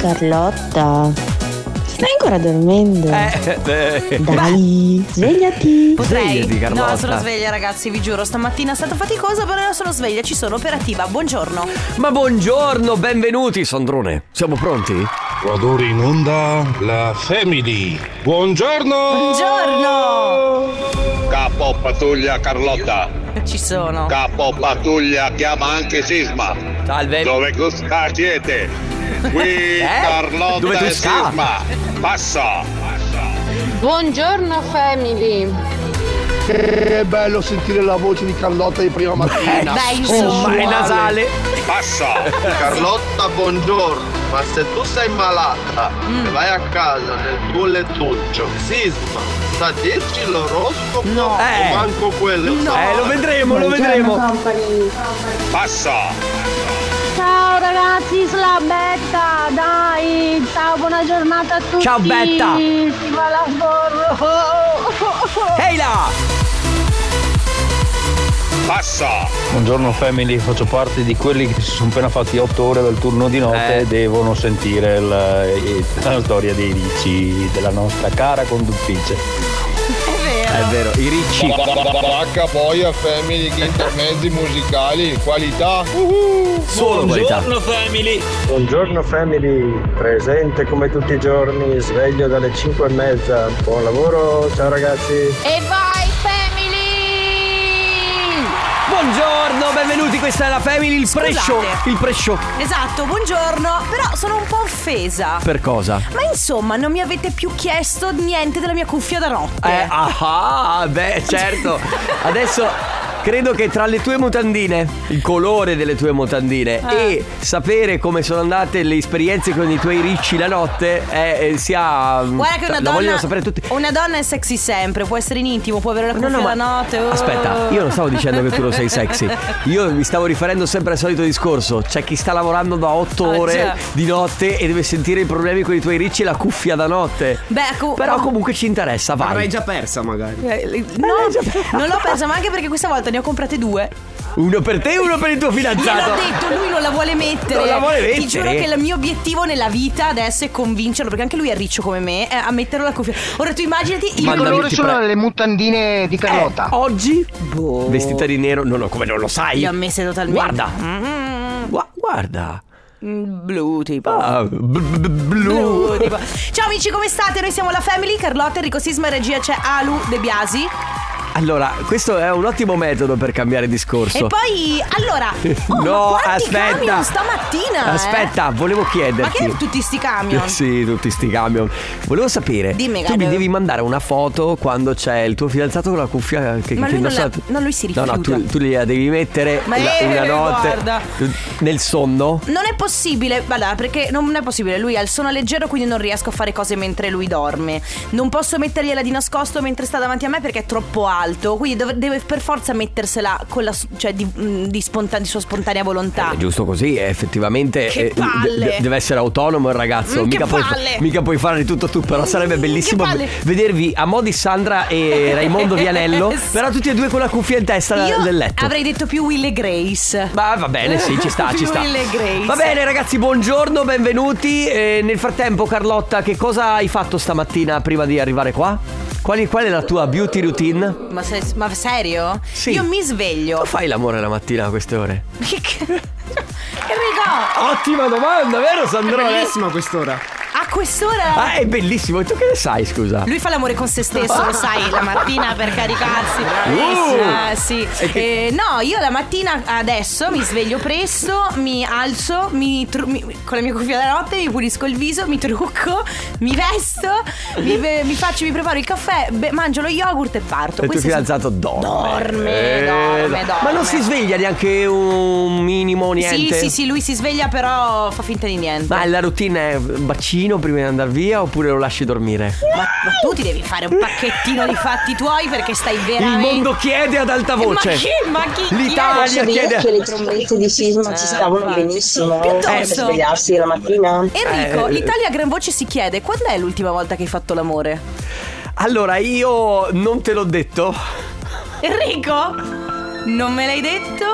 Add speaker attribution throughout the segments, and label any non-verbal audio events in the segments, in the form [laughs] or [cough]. Speaker 1: Carlotta, stai ancora dormendo?
Speaker 2: Eh,
Speaker 1: Dai, svegliati.
Speaker 3: Potrei.
Speaker 2: Svegliati, Carlotta.
Speaker 3: No, sono sveglia, ragazzi, vi giuro. Stamattina è stata faticosa, però io sono sveglia, ci sono operativa. Buongiorno.
Speaker 2: Ma buongiorno, benvenuti, Sandrone. Siamo pronti?
Speaker 4: Vadore in onda la Family. Buongiorno!
Speaker 3: Buongiorno.
Speaker 5: Capo pattuglia Carlotta,
Speaker 3: Ci sono.
Speaker 5: capo pattuglia chiama anche Sisma.
Speaker 2: Salve. Eh?
Speaker 5: Dove cusca siete?
Speaker 2: [laughs]
Speaker 5: Qui Carlotta
Speaker 2: Dove tu
Speaker 5: e
Speaker 2: sca?
Speaker 5: Sisma. Passa.
Speaker 6: Buongiorno family.
Speaker 7: Che bello sentire la voce di Carlotta di prima mattina.
Speaker 3: Dai,
Speaker 2: Oh, ma è nasale.
Speaker 5: Passa.
Speaker 7: Carlotta, buongiorno. Ma se tu sei malata, vai a casa nel tuo lettuccio. Sisma, sta dieci l'oroscopo
Speaker 2: No.
Speaker 7: e
Speaker 2: Eh.
Speaker 7: manco quello.
Speaker 2: Eh, lo vedremo, lo vedremo.
Speaker 5: Passa.
Speaker 6: Ciao ragazzi, sulla Betta, dai. Ciao, buona giornata a tutti.
Speaker 2: Ciao, Betta.
Speaker 6: Si va la sborro.
Speaker 2: Ehi là!
Speaker 5: Passa.
Speaker 8: Buongiorno family, faccio parte di quelli che si sono appena fatti 8 ore del turno di notte
Speaker 2: Eh.
Speaker 8: e devono sentire la, la storia dei ricci della nostra cara conduttrice.
Speaker 2: È vero, i ricci.
Speaker 7: H poi a Family che intermezzi musicali, qualità.
Speaker 2: Uhuh. Solo qualità.
Speaker 9: Buongiorno family, presente come tutti i giorni, sveglio dalle 5 e mezza. Buon lavoro, ciao ragazzi.
Speaker 6: E vai family!
Speaker 2: Buongiorno, benvenuti, questa è la Family, il
Speaker 3: Scusate.
Speaker 2: prescio. Il prescio.
Speaker 3: Esatto, buongiorno. Però sono un po' offesa.
Speaker 2: Per cosa?
Speaker 3: Ma insomma, non mi avete più chiesto niente della mia cuffia da notte.
Speaker 2: Eh, ah, beh,
Speaker 3: [laughs]
Speaker 2: certo. Adesso credo che tra le tue mutandine, il colore delle tue mutandine
Speaker 3: Ah.
Speaker 2: e sapere come sono andate le esperienze con i tuoi ricci la notte, eh, eh, sia.
Speaker 3: Guarda che una
Speaker 2: la vogliono
Speaker 3: donna,
Speaker 2: sapere tutti.
Speaker 3: una donna è sexy sempre, può essere in intimo, può avere la cuffia la
Speaker 2: ma-
Speaker 3: notte. oh.
Speaker 2: Aspetta, io non stavo dicendo che tu non sei sexy. Io mi stavo riferendo sempre al solito discorso. C'è chi sta lavorando da 8
Speaker 3: Ah,
Speaker 2: ore
Speaker 3: già.
Speaker 2: di notte e deve sentire i problemi con i tuoi ricci e la cuffia da notte.
Speaker 3: Beh, co-
Speaker 2: Però comunque ci interessa, vai.
Speaker 3: Eh, No, non l'ho persa, ma anche perché questa volta ne ho comprate due.
Speaker 2: Uno per te e uno per il tuo
Speaker 3: Gliel'ho
Speaker 2: fidanzato.
Speaker 3: detto, lui non la vuole mettere.
Speaker 2: Esatto. Non la vuole mettere.
Speaker 3: Ti giuro che il mio obiettivo nella vita adesso è convincerlo, perché anche lui è riccio come me, eh, a metterlo la cuffia. Ora tu immaginati io.
Speaker 2: Mandami, ti prego.
Speaker 7: le mutandine di
Speaker 2: Eh, oggi vestita di nero, non lo, come non lo sai.
Speaker 3: Boh. Li ho messe totalmente.
Speaker 2: Guarda.
Speaker 3: Mm,
Speaker 2: Gua- guarda.
Speaker 3: mm, blu tipo.
Speaker 2: Ah, bl- bl- bl- blu.
Speaker 3: Blu, tipo. Ciao amici, come state? Noi siamo la Family, Carlotta, Enrico Sisma, in regia c'è Alu De Biasi.
Speaker 2: Allora, questo è un ottimo metodo per cambiare discorso.
Speaker 3: E poi, allora, oh,
Speaker 2: [laughs] no,
Speaker 3: ma quanti
Speaker 2: aspetta.
Speaker 3: camion stamattina? eh?
Speaker 2: Aspetta, volevo
Speaker 3: Ma
Speaker 2: chiederti.
Speaker 3: che tutti sti camion?
Speaker 2: [laughs] Sì, tutti sti camion. Volevo sapere.
Speaker 3: Dimmi,
Speaker 2: tu mi
Speaker 3: Gabriel.
Speaker 2: devi mandare una foto quando c'è il tuo fidanzato con la cuffia che,
Speaker 3: Ma
Speaker 2: che
Speaker 3: lui non
Speaker 2: indossa-
Speaker 3: la- no, lui si
Speaker 2: No, no, tu,
Speaker 3: rifiuta.
Speaker 2: tu gliela devi mettere
Speaker 3: Ma
Speaker 2: la-
Speaker 3: eh,
Speaker 2: una notte.
Speaker 3: guarda.
Speaker 2: Nel sonno?
Speaker 3: Non è possibile, guarda, perché non è possibile, lui ha il sonno leggero, quindi non riesco a fare cose mentre lui dorme. Non posso mettergliela di nascosto mentre sta davanti a me perché è troppo alto, quindi dov- deve per forza mettersela con la, s- cioè di, mm, di sponta- di sua spontanea volontà.
Speaker 2: È giusto così, eh, effettivamente
Speaker 3: Che palle.
Speaker 2: de- de- deve essere autonomo il
Speaker 3: Mm,
Speaker 2: ragazzo,
Speaker 3: che
Speaker 2: mica, puoi,
Speaker 3: palle.
Speaker 2: mica puoi fare tutto tu, però sarebbe
Speaker 3: Mm,
Speaker 2: bellissimo
Speaker 3: che palle.
Speaker 2: ve- vedervi a modi Sandra e Raimondo Vianello,
Speaker 3: [laughs] Sì.
Speaker 2: però tutti e due con la cuffia in testa da-
Speaker 3: Io
Speaker 2: eh, del letto.
Speaker 3: avrei detto più Will e Grace.
Speaker 2: Ma Ah, va bene, sì, ci
Speaker 3: [laughs]
Speaker 2: sta, ci sta.
Speaker 3: Will e Grace.
Speaker 2: Va bene ragazzi, buongiorno, benvenuti. Eh, nel frattempo Carlotta, che cosa hai fatto stamattina prima di arrivare qua? Quali- qual è la tua beauty routine?
Speaker 3: Ma, se- ma serio?
Speaker 2: Sì.
Speaker 3: Io mi sveglio.
Speaker 2: Come fai l'amore la mattina a queste ore?
Speaker 3: [laughs] che che- che rigò!
Speaker 2: Ottima domanda, vero Sandrone?
Speaker 3: A quest'ora.
Speaker 2: Ah, è bellissimo, e tu che ne sai, scusa?
Speaker 3: Lui fa l'amore con se stesso, lo sai, la mattina per caricarsi.
Speaker 2: Uh!
Speaker 3: Eh, sì.
Speaker 2: E che-
Speaker 3: Eh, no, io la mattina adesso mi sveglio presto, mi alzo, mi tru- mi- con la mia cuffia da notte, mi pulisco il viso, mi trucco, mi vesto, mi, be- mi faccio, mi preparo il caffè, be- mangio lo yogurt e parto.
Speaker 2: E il tuo
Speaker 3: Queste sono-
Speaker 2: fidanzato dorme. Eh,
Speaker 3: Dorme, dorme, dorme.
Speaker 2: Ma non si sveglia neanche un minimo, niente.
Speaker 3: Sì, sì, sì, lui si sveglia però fa finta di niente.
Speaker 2: Ma la routine è bacino prima di andare via oppure lo lasci dormire?
Speaker 3: Ma, ma tu ti devi
Speaker 2: [laughs]
Speaker 3: fare un pacchettino di fatti tuoi perché stai
Speaker 2: Il
Speaker 3: veramente...
Speaker 2: mondo chiede ad alta voce.
Speaker 3: Eh, Ma chi? Ma chi? chi è?
Speaker 2: Oh, cioè, L'Italia chiede.
Speaker 1: che le trombette di sisma ci stavano
Speaker 3: infatti.
Speaker 1: benissimo eh, per
Speaker 3: Piuttosto.
Speaker 1: svegliarsi la mattina.
Speaker 3: Enrico,
Speaker 2: Eh,
Speaker 3: l'Italia a gran voce si chiede quando è l'ultima volta che hai fatto l'amore?
Speaker 2: Allora, io non te l'ho detto.
Speaker 3: Enrico? Non me l'hai detto?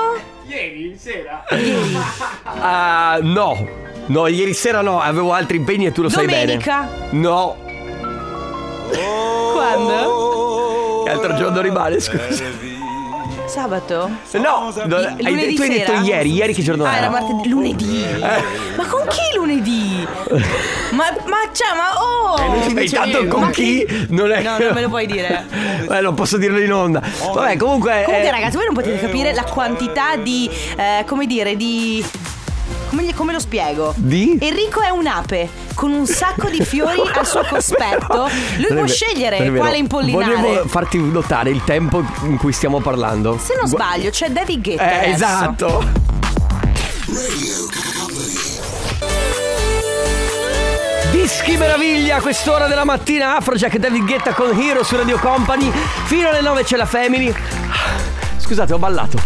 Speaker 2: Ah, no. No, ieri sera no, avevo altri impegni e tu lo sai
Speaker 3: Domenica?
Speaker 2: bene. No. Oh.
Speaker 3: Quando?
Speaker 2: Che altro giorno rimane, scusa.
Speaker 3: Sabato?
Speaker 2: No, no, hai detto-
Speaker 3: lunedì
Speaker 2: tu hai detto
Speaker 3: sera?
Speaker 2: ieri, ieri che giorno Eh,
Speaker 3: Ah, era
Speaker 2: era?
Speaker 3: martedì, lunedì. Ma con chi
Speaker 2: [laughs]
Speaker 3: lunedì? ma, ma cioè, ma oh!
Speaker 2: E Eh, intanto con
Speaker 3: Ma
Speaker 2: chi non è
Speaker 3: No, non me lo puoi
Speaker 2: [laughs]
Speaker 3: dire.
Speaker 2: Beh, non posso dirlo in onda. Vabbè, comunque.
Speaker 3: Comunque,
Speaker 2: eh,
Speaker 3: ragazzi, voi non potete capire la quantità di. eh, come dire, di. Come, gli- come lo spiego?
Speaker 2: Di?
Speaker 3: Enrico è un'ape con un sacco di
Speaker 2: [laughs]
Speaker 3: fiori al suo cospetto. Lui può
Speaker 2: Non è ve- non è
Speaker 3: scegliere
Speaker 2: vero.
Speaker 3: quale impollinare.
Speaker 2: Volevo farti notare il tempo in cui stiamo parlando.
Speaker 3: Se non
Speaker 2: Gua-
Speaker 3: sbaglio, c'è David Guetta.
Speaker 2: Eh,
Speaker 3: adesso.
Speaker 2: esatto. Dischi meraviglia a quest'ora della mattina Afrojack e David Guetta con Hero su Radio Company Fino alle 9 c'è la Family Scusate ho ballato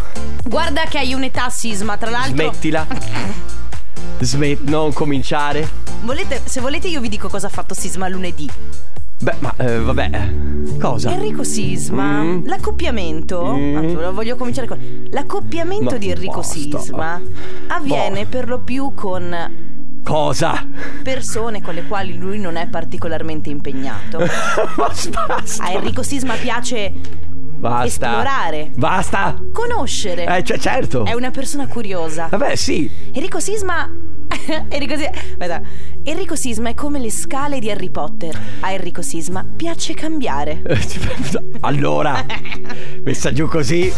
Speaker 3: Guarda che hai un'età sisma, tra l'altro.
Speaker 2: Smettila Smet- non cominciare
Speaker 3: Volete- se volete io vi dico cosa ha fatto Sisma lunedì.
Speaker 2: Beh ma eh, vabbè Cosa?
Speaker 3: Enrico Sisma,
Speaker 2: Mm.
Speaker 3: l'accoppiamento, Ah, voglio cominciare con l'accoppiamento
Speaker 2: No,
Speaker 3: di Enrico
Speaker 2: basta. Boh.
Speaker 3: Sisma avviene per lo più con
Speaker 2: Cosa?
Speaker 3: persone con le quali lui non è particolarmente impegnato.
Speaker 2: [laughs] Ma basta
Speaker 3: A Enrico Sisma piace
Speaker 2: Basta
Speaker 3: esplorare.
Speaker 2: Basta
Speaker 3: conoscere.
Speaker 2: Eh cioè, certo
Speaker 3: È una persona curiosa.
Speaker 2: Vabbè sì
Speaker 3: Enrico Sisma [laughs] Enrico Sisma aspetta. Enrico Sisma è come le scale di Harry Potter. A Enrico Sisma piace cambiare.
Speaker 2: Eh, cioè, Allora Messaggio così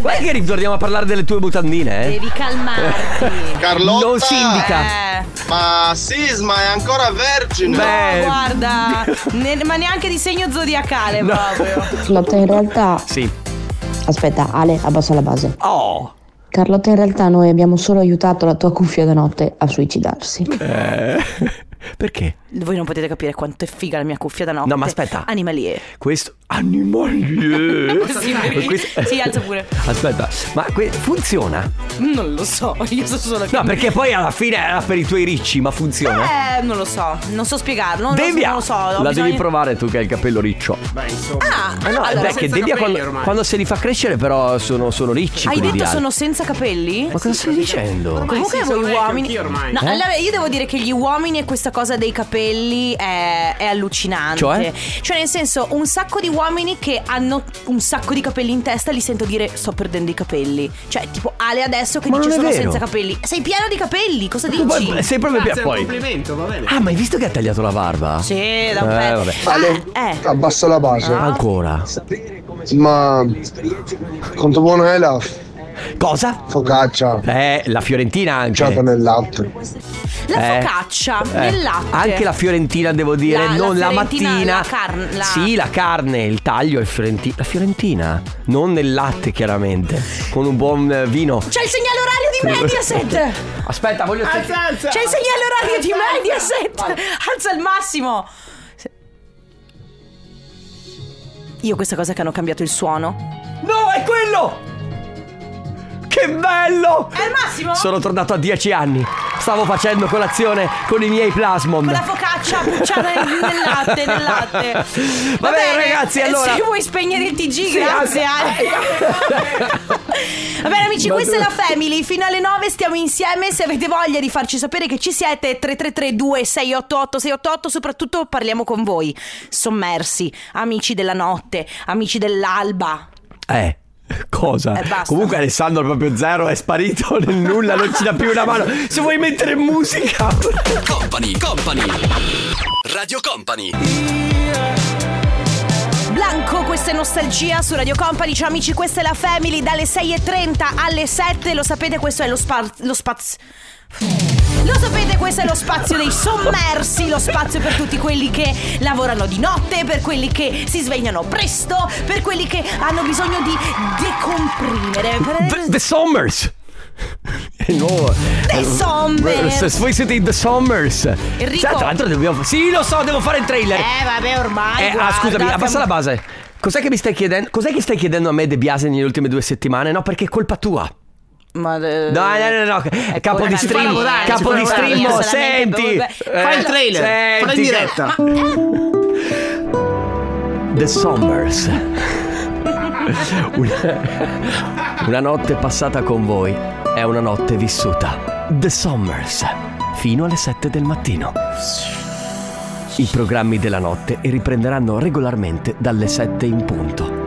Speaker 2: Guarda
Speaker 3: Eh beh.
Speaker 2: che ritorniamo a parlare delle tue mutandine eh
Speaker 3: Devi calmarti.
Speaker 7: Carlotta.
Speaker 2: Non si indica.
Speaker 3: Eh.
Speaker 7: Ma Sisma è ancora vergine.
Speaker 2: Beh.
Speaker 3: No, guarda, ne- ma neanche di segno zodiacale
Speaker 2: No.
Speaker 3: proprio.
Speaker 10: Carlotta in realtà.
Speaker 2: Sì
Speaker 10: Aspetta, Ale, abbassa la base.
Speaker 2: Oh
Speaker 10: Carlotta, in realtà noi abbiamo solo aiutato la tua cuffia da notte a suicidarsi.
Speaker 2: eh, Perché?
Speaker 3: Voi non potete capire quanto è figa la mia cuffia da notte.
Speaker 2: No, ma aspetta.
Speaker 3: Animalie.
Speaker 2: Questo animalie
Speaker 3: Sì,
Speaker 2: Questo-
Speaker 3: sì, alza pure.
Speaker 2: Aspetta, ma que- funziona?
Speaker 3: Non lo so, io so solo che.
Speaker 2: No, perché poi alla fine era per i tuoi ricci, ma funziona?
Speaker 3: Eh, non lo so, non so spiegarlo. Non,
Speaker 2: Debbia!
Speaker 3: non lo so. ho
Speaker 2: La
Speaker 3: bisogno-
Speaker 2: devi provare tu che hai il capello riccio.
Speaker 3: Ah,
Speaker 2: Eh no,
Speaker 3: allora,
Speaker 2: beh, che Debbia quando, quando se li fa crescere però sono, sono ricci
Speaker 3: hai
Speaker 2: quelli di
Speaker 3: detto
Speaker 2: Ale.
Speaker 3: sono senza capelli?
Speaker 2: Ma cosa stai dicendo?
Speaker 3: Comunque voi uomini. No,
Speaker 2: Eh?
Speaker 3: allora io devo dire che gli uomini e questa cosa dei capelli è, è allucinante.
Speaker 2: Cioè?
Speaker 3: Cioè, nel senso, un sacco di uomini che hanno un sacco di capelli in testa li sento dire sto perdendo i capelli. Cioè, tipo Ale adesso che
Speaker 2: Ma
Speaker 3: dice
Speaker 2: non è
Speaker 3: sono
Speaker 2: vero."
Speaker 3: senza capelli. Sei pieno di capelli, cosa dici?
Speaker 2: Tu poi- sei proprio pia- poi. Ah, ma hai visto che ha tagliato la barba?
Speaker 3: Sì, da un
Speaker 2: Eh,
Speaker 3: pezzo.
Speaker 2: vabbè.
Speaker 3: Ah,
Speaker 9: Ale,
Speaker 3: eh.
Speaker 9: abbassa la base.
Speaker 3: Ah.
Speaker 2: Ancora.
Speaker 9: Ma quanto buona è la
Speaker 2: Cosa?
Speaker 9: focaccia
Speaker 2: Eh, la Fiorentina anche.
Speaker 9: facciata nel latte?
Speaker 3: La
Speaker 2: Eh.
Speaker 3: focaccia
Speaker 2: Eh,
Speaker 3: nel latte.
Speaker 2: Anche la fiorentina devo dire,
Speaker 3: La- la
Speaker 2: non la,
Speaker 3: fiorentina,
Speaker 2: mattina.
Speaker 3: la carn- la-
Speaker 2: Sì, la carne, il taglio, il fiorenti- la fiorentina, non nel latte chiaramente, con un buon eh, vino.
Speaker 3: C'è il segnale orario Cioè, di Mediaset!
Speaker 2: Aspetta, voglio
Speaker 3: C'è il segnale orario di Mediaset Alza il massimo Se- Io questa cosa che hanno cambiato il suono
Speaker 2: No, è quello! Che bello!
Speaker 3: È il massimo?
Speaker 2: Sono tornato a 10 anni. Stavo facendo colazione con i miei plasmon.
Speaker 3: Con la focaccia
Speaker 2: Cioè,
Speaker 3: bucciata nel, nel latte, nel latte. [laughs] Va
Speaker 2: Va bene,
Speaker 3: bene,
Speaker 2: ragazzi,
Speaker 3: eh,
Speaker 2: allora. ah, eh.
Speaker 3: Se vuoi spegnere il TG, grazie Ale. Va bene amici, questa è la Family Fino alle 9 stiamo insieme Se avete voglia di farci sapere che ci siete 333 2688 688 Soprattutto parliamo con voi Sommersi, amici della notte Amici dell'alba
Speaker 2: [laughs] Eh. Cosa?
Speaker 3: Eh, basta.
Speaker 2: Comunque Alessandro proprio zero è sparito nel nulla, non ci dà più una mano. Se vuoi mettere musica.
Speaker 11: Company, company. Radio Company.
Speaker 3: Blanco, questa è Nostalgia su Radio Company. Ciao amici, questa è la Family dalle 6.30 alle 7. Lo sapete, questo è lo spazio. Lo spazio. Lo sapete, questo è lo spazio dei sommersi, lo spazio per tutti quelli che lavorano di notte, per quelli che si svegliano presto, per quelli che hanno bisogno di decomprimere.
Speaker 2: The, The Summers. È nuovo.
Speaker 3: The Summers.
Speaker 2: Eh, se Voi siete i The Summers.
Speaker 3: Enrico.
Speaker 2: Sai, tra l'altro dobbiamo... Sì, lo so, devo fare il trailer.
Speaker 3: Eh, vabbè, ormai.
Speaker 2: Eh, ah,
Speaker 3: guarda,
Speaker 2: scusami, abbassa la
Speaker 3: abbiamo-
Speaker 2: base. Cos'è che mi stai chiedendo? Cos'è che stai chiedendo a me De Biase nelle ultime due settimane? No, perché è colpa tua.
Speaker 3: Ma, eh,
Speaker 2: No, no, no, no. Capo
Speaker 3: colpa
Speaker 2: di
Speaker 3: mia. Ci
Speaker 2: stream.
Speaker 3: fa lavorare,
Speaker 2: Capo
Speaker 3: ci fa
Speaker 2: di
Speaker 3: lavorare,
Speaker 2: stream.
Speaker 3: io solamente-
Speaker 2: Senti.
Speaker 3: Beh, fai il
Speaker 2: trailer. Senti. diretta.
Speaker 3: [laughs]
Speaker 2: The Summers. una, una notte passata con voi è una notte vissuta. The Summers. fino alle 7 del mattino. I programmi della notte riprenderanno regolarmente dalle 7 in punto.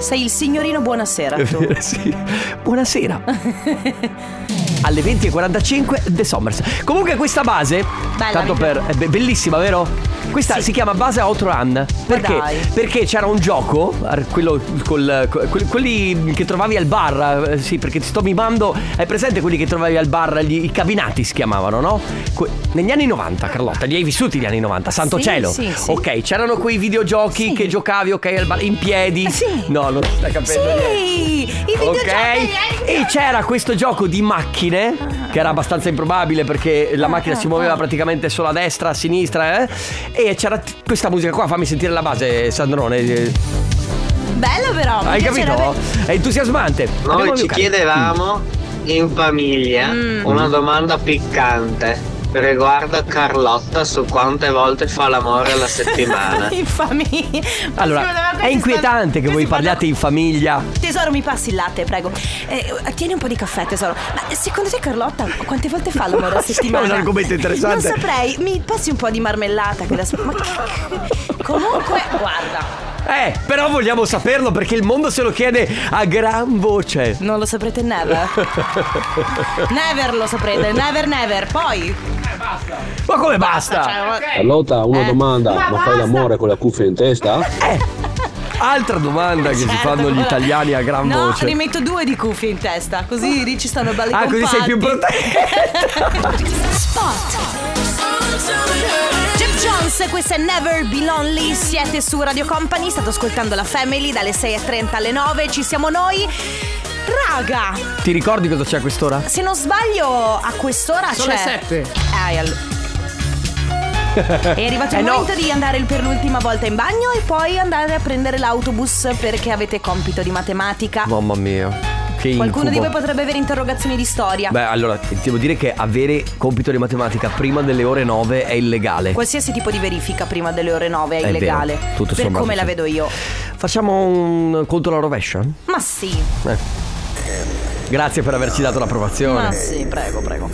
Speaker 3: Sei il signorino buonasera.
Speaker 2: È
Speaker 3: tu.
Speaker 2: vero, sì. [laughs] Buonasera. Alle 20.45 The Sommers. Comunque questa base,
Speaker 3: Bella,
Speaker 2: tanto
Speaker 3: mi
Speaker 2: per... È be- bellissima, vero? Questa si chiama base Outrun. Perché?
Speaker 3: dai.
Speaker 2: Perché c'era un gioco, ar- quello col, col- quel- quelli che trovavi al bar, eh, sì, perché ti sto mimando, hai presente quelli che trovavi al bar, gli- i cabinati si chiamavano, no? Que- negli anni 90, Carlotta, li hai vissuti gli anni 90, santo
Speaker 12: Sì,
Speaker 2: cielo.
Speaker 12: sì, sì.
Speaker 2: Ok, c'erano quei videogiochi che giocavi, ok, al bar, in piedi. No, non stai capendo.
Speaker 3: Sì, i
Speaker 2: Ok, e c'era questo gioco di macchine che era abbastanza improbabile perché la macchina si muoveva praticamente solo a destra, a sinistra, eh? E c'era t- questa musica qua, fammi sentire la base, Sandrone. eh,
Speaker 3: Bello però. mi
Speaker 2: Hai
Speaker 3: piacerebbe- [laughs]
Speaker 2: capito? È entusiasmante. Abbiamo Mm.
Speaker 7: Noi ci
Speaker 2: Luca.
Speaker 7: chiedevamo in famiglia
Speaker 3: Mm.
Speaker 7: una domanda piccante riguardo Carlotta su quante volte fa l'amore alla settimana.
Speaker 3: in famiglia.
Speaker 2: Allora, è inquietante che voi parliate in famiglia.
Speaker 3: Tesoro, mi passi il latte, prego. Eh, tieni un po' di caffè, tesoro. Ma secondo te, Carlotta, quante volte fa
Speaker 2: [laughs]
Speaker 3: l'amore a
Speaker 2: Sembra
Speaker 3: settimana?
Speaker 2: un argomento interessante.
Speaker 3: Non saprei. Mi passi un po' di marmellata. Che la... Ma
Speaker 2: [laughs]
Speaker 3: che- Comunque, guarda.
Speaker 2: Eh, però vogliamo saperlo perché il mondo se lo chiede a gran voce.
Speaker 3: Non lo saprete never. Never lo saprete, never, never. Poi.
Speaker 2: [laughs] Ma come basta?
Speaker 13: Carlotta, una
Speaker 3: Cioè, Eh.
Speaker 13: domanda, ma, fai
Speaker 3: basta.
Speaker 13: l'amore con la cuffia in testa?
Speaker 2: Eh. Altra domanda che si
Speaker 3: Certo,
Speaker 2: fanno gli
Speaker 3: come-
Speaker 2: italiani a gran
Speaker 3: no,
Speaker 2: voce.
Speaker 3: ne metto due di cuffie in testa, così lì ci stanno belli
Speaker 2: Ah, così sei più
Speaker 3: protetta. Jeff Jones, questa è Never Be Lonely, siete su Radio Company, state ascoltando la Family dalle 6.30 alle 9, ci siamo noi. Raga,
Speaker 2: Ti ricordi cosa c'è a quest'ora?
Speaker 3: se non sbaglio a quest'ora c'è...
Speaker 14: Sono le sette.
Speaker 3: Eh, all- È arrivato il
Speaker 2: Eh, no.
Speaker 3: momento di andare per l'ultima volta in bagno e poi andare a prendere l'autobus perché avete compito di matematica.
Speaker 2: Mamma mia, che
Speaker 3: Qualcuno di
Speaker 2: incubo.
Speaker 3: voi potrebbe avere interrogazioni di storia.
Speaker 2: Beh, allora, ti devo dire che avere compito di matematica prima delle ore 9 è illegale.
Speaker 3: Qualsiasi tipo di verifica prima delle ore 9 è,
Speaker 2: È
Speaker 3: illegale.
Speaker 2: vero, tutto
Speaker 3: per
Speaker 2: sommato
Speaker 3: come la
Speaker 2: sì.
Speaker 3: vedo io.
Speaker 2: Facciamo un conto alla rovescia?
Speaker 3: Ma sì,
Speaker 2: Eh. Grazie per averci dato l'approvazione.
Speaker 3: ma Ah, sì, prego, prego.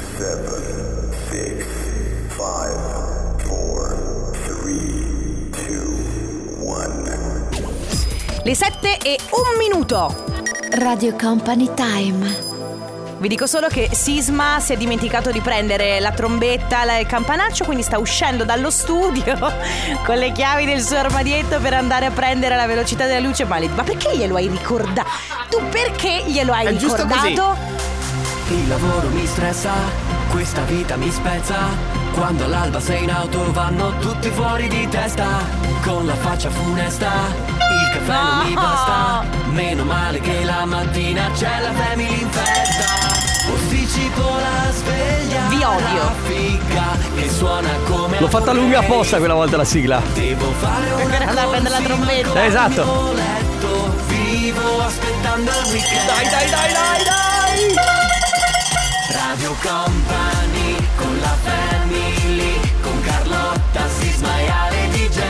Speaker 3: Le 7 e un minuto. Radio Company Time. Vi dico solo che Sisma si è dimenticato di prendere la trombetta la- il campanaccio, quindi sta uscendo dallo studio [laughs] con le chiavi del suo armadietto per andare a prendere la velocità della luce. Ma, le- ma perché glielo hai ricordato? Tu perché glielo hai
Speaker 12: È giusto così.
Speaker 3: ricordato?
Speaker 12: Il lavoro mi stressa, questa vita mi spezza. Quando all'alba sei in auto vanno tutti fuori di testa. Con la faccia funesta, il caffè non mi
Speaker 3: No.
Speaker 12: basta. Meno male che la mattina c'è la family in festa. Posticipo la sveglia. Vi odio. La figa che suona come.
Speaker 2: L'ho fatta lunga apposta quella volta la sigla.
Speaker 12: Devo fare una
Speaker 3: Per andare a prendere la trombetta.
Speaker 12: con il
Speaker 2: Esatto.
Speaker 12: mio letto, Vivo aspettando il weekend. Dai, dai, dai, dai, dai. Radio Company con la family, con Carlotta, Sisma e Ale DJ.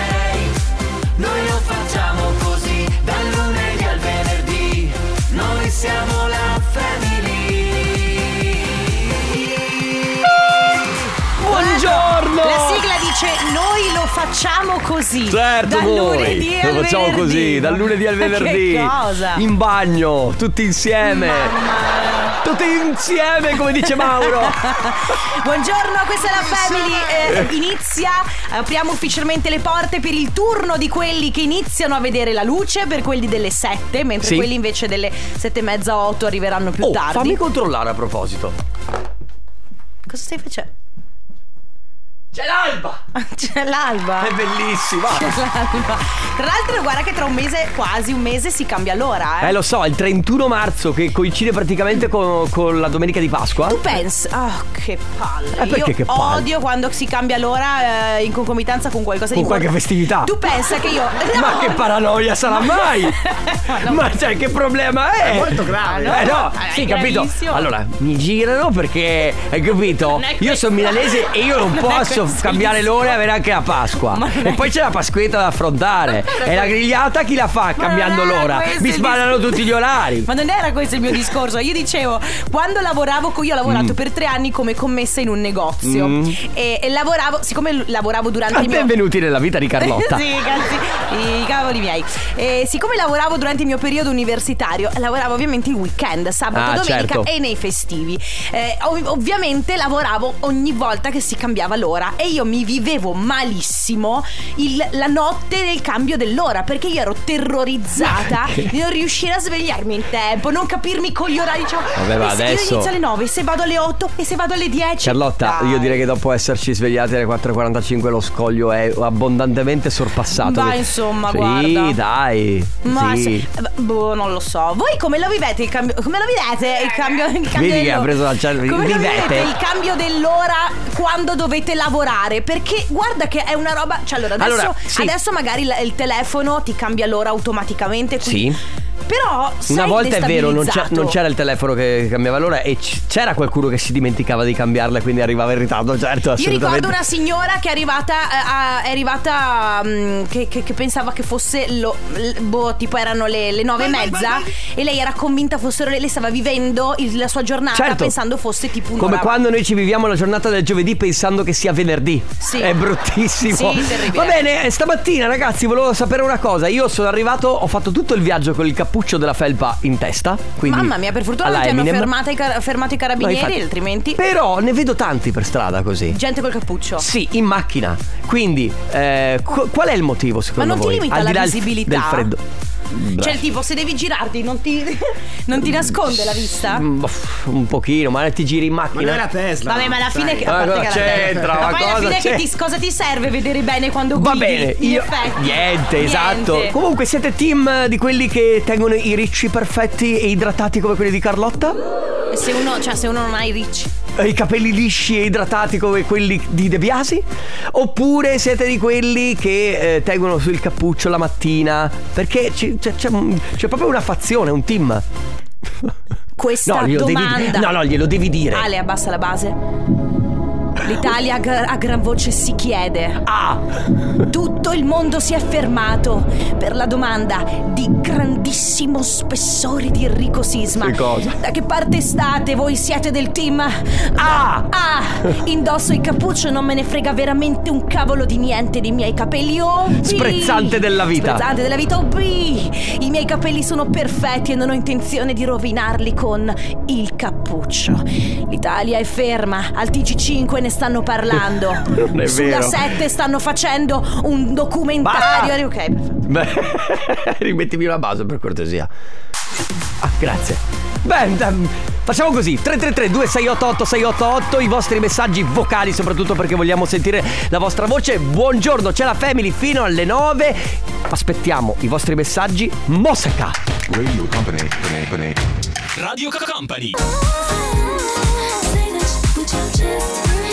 Speaker 12: Noi lo facciamo così, dal lunedì al venerdì. Noi siamo la family.
Speaker 2: Buongiorno!
Speaker 3: La sigla dice noi lo facciamo così.
Speaker 2: Certo,
Speaker 3: Dal lunedì
Speaker 2: noi
Speaker 3: al
Speaker 2: lo facciamo
Speaker 3: venerdì.
Speaker 2: così, dal lunedì al
Speaker 3: Ma che
Speaker 2: venerdì.
Speaker 3: cosa?
Speaker 2: In bagno, tutti insieme. Tutti insieme, come dice Mauro.
Speaker 3: [laughs] Buongiorno, questa è la Family. eh, inizia, apriamo ufficialmente le porte per il turno di quelli che iniziano a vedere la luce, per quelli delle 7, mentre
Speaker 2: Sì.
Speaker 3: quelli invece delle 7 e mezza 8 arriveranno [laughs] più
Speaker 2: Oh,
Speaker 3: tardi.
Speaker 2: fammi controllare a proposito.
Speaker 3: Cosa stai facendo?
Speaker 2: C'è l'alba!
Speaker 3: [laughs] C'è l'alba!
Speaker 2: Ah, È bellissima.
Speaker 3: C'è l'alba. Tra l'altro, guarda che tra un mese, quasi un mese, si cambia l'ora. Eh,
Speaker 2: Eh lo so, il 31 marzo che coincide praticamente con, con la domenica di Pasqua.
Speaker 3: Tu pensi, oh che palle.
Speaker 2: Eh, perché
Speaker 3: Io
Speaker 2: che palle?
Speaker 3: odio quando si cambia l'ora eh, in concomitanza con qualcosa
Speaker 2: Con
Speaker 3: di
Speaker 2: qualche
Speaker 3: importante.
Speaker 2: festività.
Speaker 3: Tu pensa che io. No!
Speaker 2: [laughs] Ma che paranoia
Speaker 3: [laughs]
Speaker 2: sarà mai? Ma cioè, che problema è?
Speaker 3: È molto grave.
Speaker 2: Eh no,
Speaker 3: Eh,
Speaker 2: sì,
Speaker 3: è
Speaker 2: capito.
Speaker 3: gravissimo.
Speaker 2: Allora, mi girano perché, hai capito?
Speaker 3: Non è
Speaker 2: Io sono milanese e io non
Speaker 3: [laughs] Non è
Speaker 2: posso cambiare l'ora e avere anche la Pasqua. E poi c'è la Pasquetta da
Speaker 3: [laughs]
Speaker 2: affrontare. E la grigliata chi la fa cambiando
Speaker 3: non era
Speaker 2: l'ora?
Speaker 3: questo
Speaker 2: Mi
Speaker 3: il
Speaker 2: sballano tutti gli
Speaker 3: [laughs]
Speaker 2: orari.
Speaker 3: Ma non era questo il mio discorso. Io dicevo, quando lavoravo, co- io ho lavorato per tre anni come commessa in un negozio.
Speaker 2: Mm.
Speaker 3: E, e lavoravo, siccome l- lavoravo durante
Speaker 2: Ah,
Speaker 3: il mio.
Speaker 2: Benvenuti nella vita di
Speaker 3: [laughs]
Speaker 2: Carlotta.
Speaker 3: sì, cazzi, i cavoli miei. E siccome lavoravo durante il mio periodo universitario, lavoravo ovviamente il weekend, sabato,
Speaker 2: Ah,
Speaker 3: domenica
Speaker 2: certo.
Speaker 3: e nei festivi. Eh, ov- ovviamente lavoravo ogni volta che si cambiava l'ora e io mi vivevo malissimo il- la notte del cambio dell'ora perché io ero terrorizzata
Speaker 2: Anche.
Speaker 3: di non riuscire a svegliarmi in tempo, non capirmi con gli orari. Diciamo,
Speaker 2: Vabbè, ma
Speaker 3: "E se
Speaker 2: adesso-
Speaker 3: Io inizio alle 9, se vado alle 8 e se vado alle 10.
Speaker 2: Carlotta, io direi che dopo esserci svegliati alle 4.45 lo scoglio è abbondantemente sorpassato.
Speaker 3: Ma insomma,
Speaker 2: sì,
Speaker 3: guarda.
Speaker 2: dai.
Speaker 3: Ma
Speaker 2: sì.
Speaker 3: se- eh, boh, non lo so. Voi come lo vivete il cambio? Come lo vivete il cambio? Il cambio
Speaker 2: Vedi che
Speaker 3: dell'ora?
Speaker 2: ha preso la cioè, cervella.
Speaker 3: Come lo vivete
Speaker 2: Vivete.
Speaker 3: il cambio dell'ora quando dovete lavorare? Perché guarda che è una roba. Cioè, allora adesso,
Speaker 2: Allora, sì.
Speaker 3: adesso magari il, il telefono ti cambia l'ora automaticamente. quindi-
Speaker 2: Sì.
Speaker 3: Però sei
Speaker 2: Una volta è vero, non, c'è- non
Speaker 3: destabilizzato.
Speaker 2: c'era il telefono che cambiava l'ora e c- c'era qualcuno che si dimenticava di cambiarla e quindi arrivava in ritardo, certo,
Speaker 3: Io
Speaker 2: assolutamente.
Speaker 3: ricordo una signora che è arrivata, eh, a- è arrivata mm, che, che- che pensava che fosse lo- l- boh, tipo erano le, le nove e mezza e lei era convinta fossero le, lei stava vivendo il- la sua giornata
Speaker 2: Certo.
Speaker 3: pensando fosse tipo un'ora.
Speaker 2: Come quando noi ci viviamo la giornata del giovedì pensando che sia venerdì.
Speaker 3: Sì.
Speaker 2: È bruttissimo.
Speaker 3: Sì, terribile.
Speaker 2: Va bene, eh, stamattina ragazzi volevo sapere una cosa. Io sono arrivato, ho fatto tutto il viaggio con il cappuccio della felpa in testa. quindi
Speaker 3: Mamma mia, per fortuna non
Speaker 2: alla
Speaker 3: ti hanno
Speaker 2: Eminem.
Speaker 3: fermato i, car- fermato i
Speaker 2: No,
Speaker 3: carabinieri,
Speaker 2: infatti.
Speaker 3: altrimenti
Speaker 2: Però ne vedo tanti per strada così.
Speaker 3: gente col cappuccio.
Speaker 2: Sì, in macchina. Quindi, eh, qu- qual è il motivo secondo
Speaker 3: non ti
Speaker 2: voi?
Speaker 3: limita
Speaker 2: Al di
Speaker 3: la
Speaker 2: là del-
Speaker 3: visibilità?
Speaker 2: Del freddo.
Speaker 3: Cioè, il tipo, se devi girarti, non ti, [laughs] non ti nasconde la vista?
Speaker 2: Mm, uff, Un pochino, ma ti giri in macchina.
Speaker 3: Vabbè, ma alla fine che, a
Speaker 2: Ma
Speaker 3: parte
Speaker 2: cosa
Speaker 3: che era la Tesla.
Speaker 2: c'entra? Ma
Speaker 3: Ma poi alla
Speaker 2: cosa
Speaker 3: fine che
Speaker 2: c'entra?
Speaker 3: ti, cosa ti serve vedere bene quando
Speaker 2: Va
Speaker 3: guidi?
Speaker 2: bene,
Speaker 3: In
Speaker 2: io.
Speaker 3: effetti.
Speaker 2: Niente, esatto.
Speaker 3: Niente.
Speaker 2: Comunque siete team eh, di quelli che tengono i ricci perfetti e idratati come quelli di Carlotta?
Speaker 3: E Se uno, cioè, se uno non ha i ricci.
Speaker 2: E Eh, I capelli lisci e idratati come quelli di De Biasi? Oppure siete di quelli che eh, tengono sul cappuccio la mattina? Perché ci- c'è, c'è un- c'è proprio una fazione, un team.
Speaker 3: Questa
Speaker 2: glielo devi-
Speaker 3: domanda.
Speaker 2: no, no, glielo devi dire.
Speaker 3: Ale, abbassa la base. L'Italia a gra- a gran voce si chiede.
Speaker 2: Ah!
Speaker 3: Tutto il mondo si è fermato per la domanda di grandissimo spessore di Enrico Sisma.
Speaker 2: Che cosa?
Speaker 3: Da che parte state? Voi siete del team?
Speaker 2: Ah!
Speaker 3: Ah! Indosso il cappuccio e non me ne frega veramente un cavolo di niente dei miei capelli. Oh, B!
Speaker 2: Sprezzante della vita.
Speaker 3: Sprezzante della vita. Oh, B! I miei capelli sono perfetti e non ho intenzione di rovinarli con il cappuccio. L'Italia è ferma. Al TG5 ne stanno [laughs] parlando.
Speaker 2: Non è
Speaker 3: Sulla
Speaker 2: vero.
Speaker 3: 7 stanno facendo un documentario. Ok, perfetto.
Speaker 2: Beh, [laughs] rimettimi una base per cortesia. Ah, grazie. Beh, dam- facciamo così: 333-2688-688. I vostri messaggi vocali, soprattutto perché vogliamo sentire la vostra voce. Buongiorno, c'è la family fino alle 9. Aspettiamo i vostri messaggi. Mosca.
Speaker 14: Radio Company, Company, Company.
Speaker 11: Radio Company.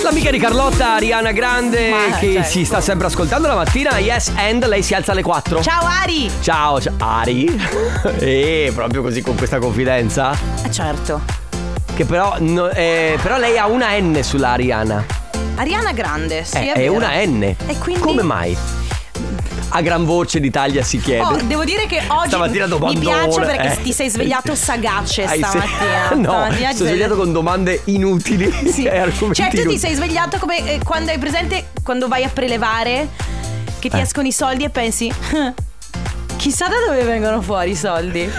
Speaker 2: L'amica di Carlotta, Ariana Grande, che
Speaker 3: certo.
Speaker 2: ci sta sempre ascoltando la mattina. Yes, and lei si alza alle 4.
Speaker 3: Ciao Ari!
Speaker 2: Ciao, ciao Ari. [laughs] eh, proprio così con questa confidenza?
Speaker 3: Certo.
Speaker 2: Che però, no- eh, però lei ha una N sulla Ariana.
Speaker 3: Ariana Grande, sì,
Speaker 2: Eh,
Speaker 3: è,
Speaker 2: è,
Speaker 3: vero.
Speaker 2: una N.
Speaker 3: E quindi?
Speaker 2: Come mai? A gran voce d'Italia si chiede.
Speaker 3: Oh, devo dire che oggi
Speaker 2: Stamattina
Speaker 3: mi
Speaker 2: domandone,
Speaker 3: piace perché
Speaker 2: eh.
Speaker 3: ti sei svegliato sagace
Speaker 2: Hai se-
Speaker 3: stamattina.
Speaker 2: [laughs] no,
Speaker 3: Stamattina ti
Speaker 2: sono
Speaker 3: sei-
Speaker 2: svegliato con domande inutili e argomenti
Speaker 3: Cioè, tu ti
Speaker 2: inutili.
Speaker 3: sei svegliato come eh, quando hai presente quando vai a prelevare che ti
Speaker 2: Eh.
Speaker 3: escono i soldi e pensi "Ah, chissà da dove vengono fuori i soldi.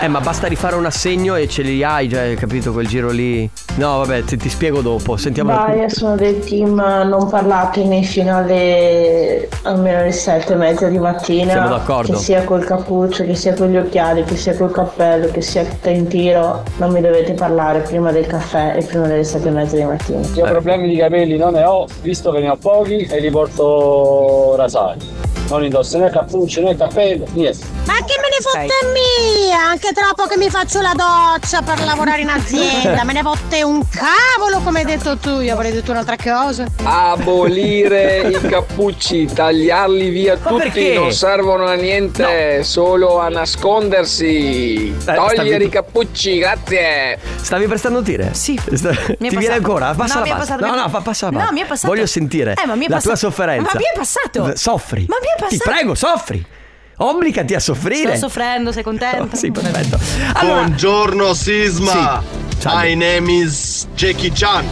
Speaker 2: Eh, ma basta rifare un assegno e ce li hai, già hai capito quel giro lì. No, vabbè, ti, ti spiego dopo. Sentiamo.
Speaker 15: Vai, sono del team eh, non parlatemi fino alle almeno alle sette e mezza di mattina.
Speaker 2: Siamo d'accordo.
Speaker 15: Che sia col cappuccio, che sia con gli occhiali, che sia col cappello, che sia tutta in tiro, non mi dovete parlare prima del caffè e prima delle sette e mezza di mattina.
Speaker 9: Io problemi di capelli non ne ho, visto che ne ho pochi e li porto rasati. Non indosso né cappuccio né cappello, niente.
Speaker 16: Ma che me ne fotte mia? Anche troppo che mi faccio la doccia per lavorare in azienda. Me ne fotte un cavolo, come hai detto tu. Io avrei detto un'altra cosa.
Speaker 2: Ah, boh.
Speaker 17: Abolire i cappucci, tagliarli via tutti,
Speaker 16: perché?
Speaker 17: non servono a niente, solo a nascondersi. Togliere
Speaker 2: Eh, stavi-
Speaker 17: i cappucci, grazie.
Speaker 2: Stavi per stannutire? Sì. Ti viene ancora? Passa
Speaker 3: No, mi
Speaker 2: la
Speaker 3: è passato, mi è
Speaker 2: pasta. no, no,
Speaker 3: passato.
Speaker 2: fa passa la
Speaker 3: No,
Speaker 2: pasta.
Speaker 3: mi è passato.
Speaker 2: Voglio sentire
Speaker 3: Eh, ma mi è
Speaker 2: la
Speaker 3: passato.
Speaker 2: tua sofferenza.
Speaker 3: Ma mi è passato.
Speaker 2: Soffri.
Speaker 3: Ma mi è passato.
Speaker 2: Ti prego, soffri. Obbligati a soffrire. Oh,
Speaker 3: Sto soffrendo, sei contento?
Speaker 2: sì, perfetto.
Speaker 7: Buongiorno Sisma. My name is Jackie Chan.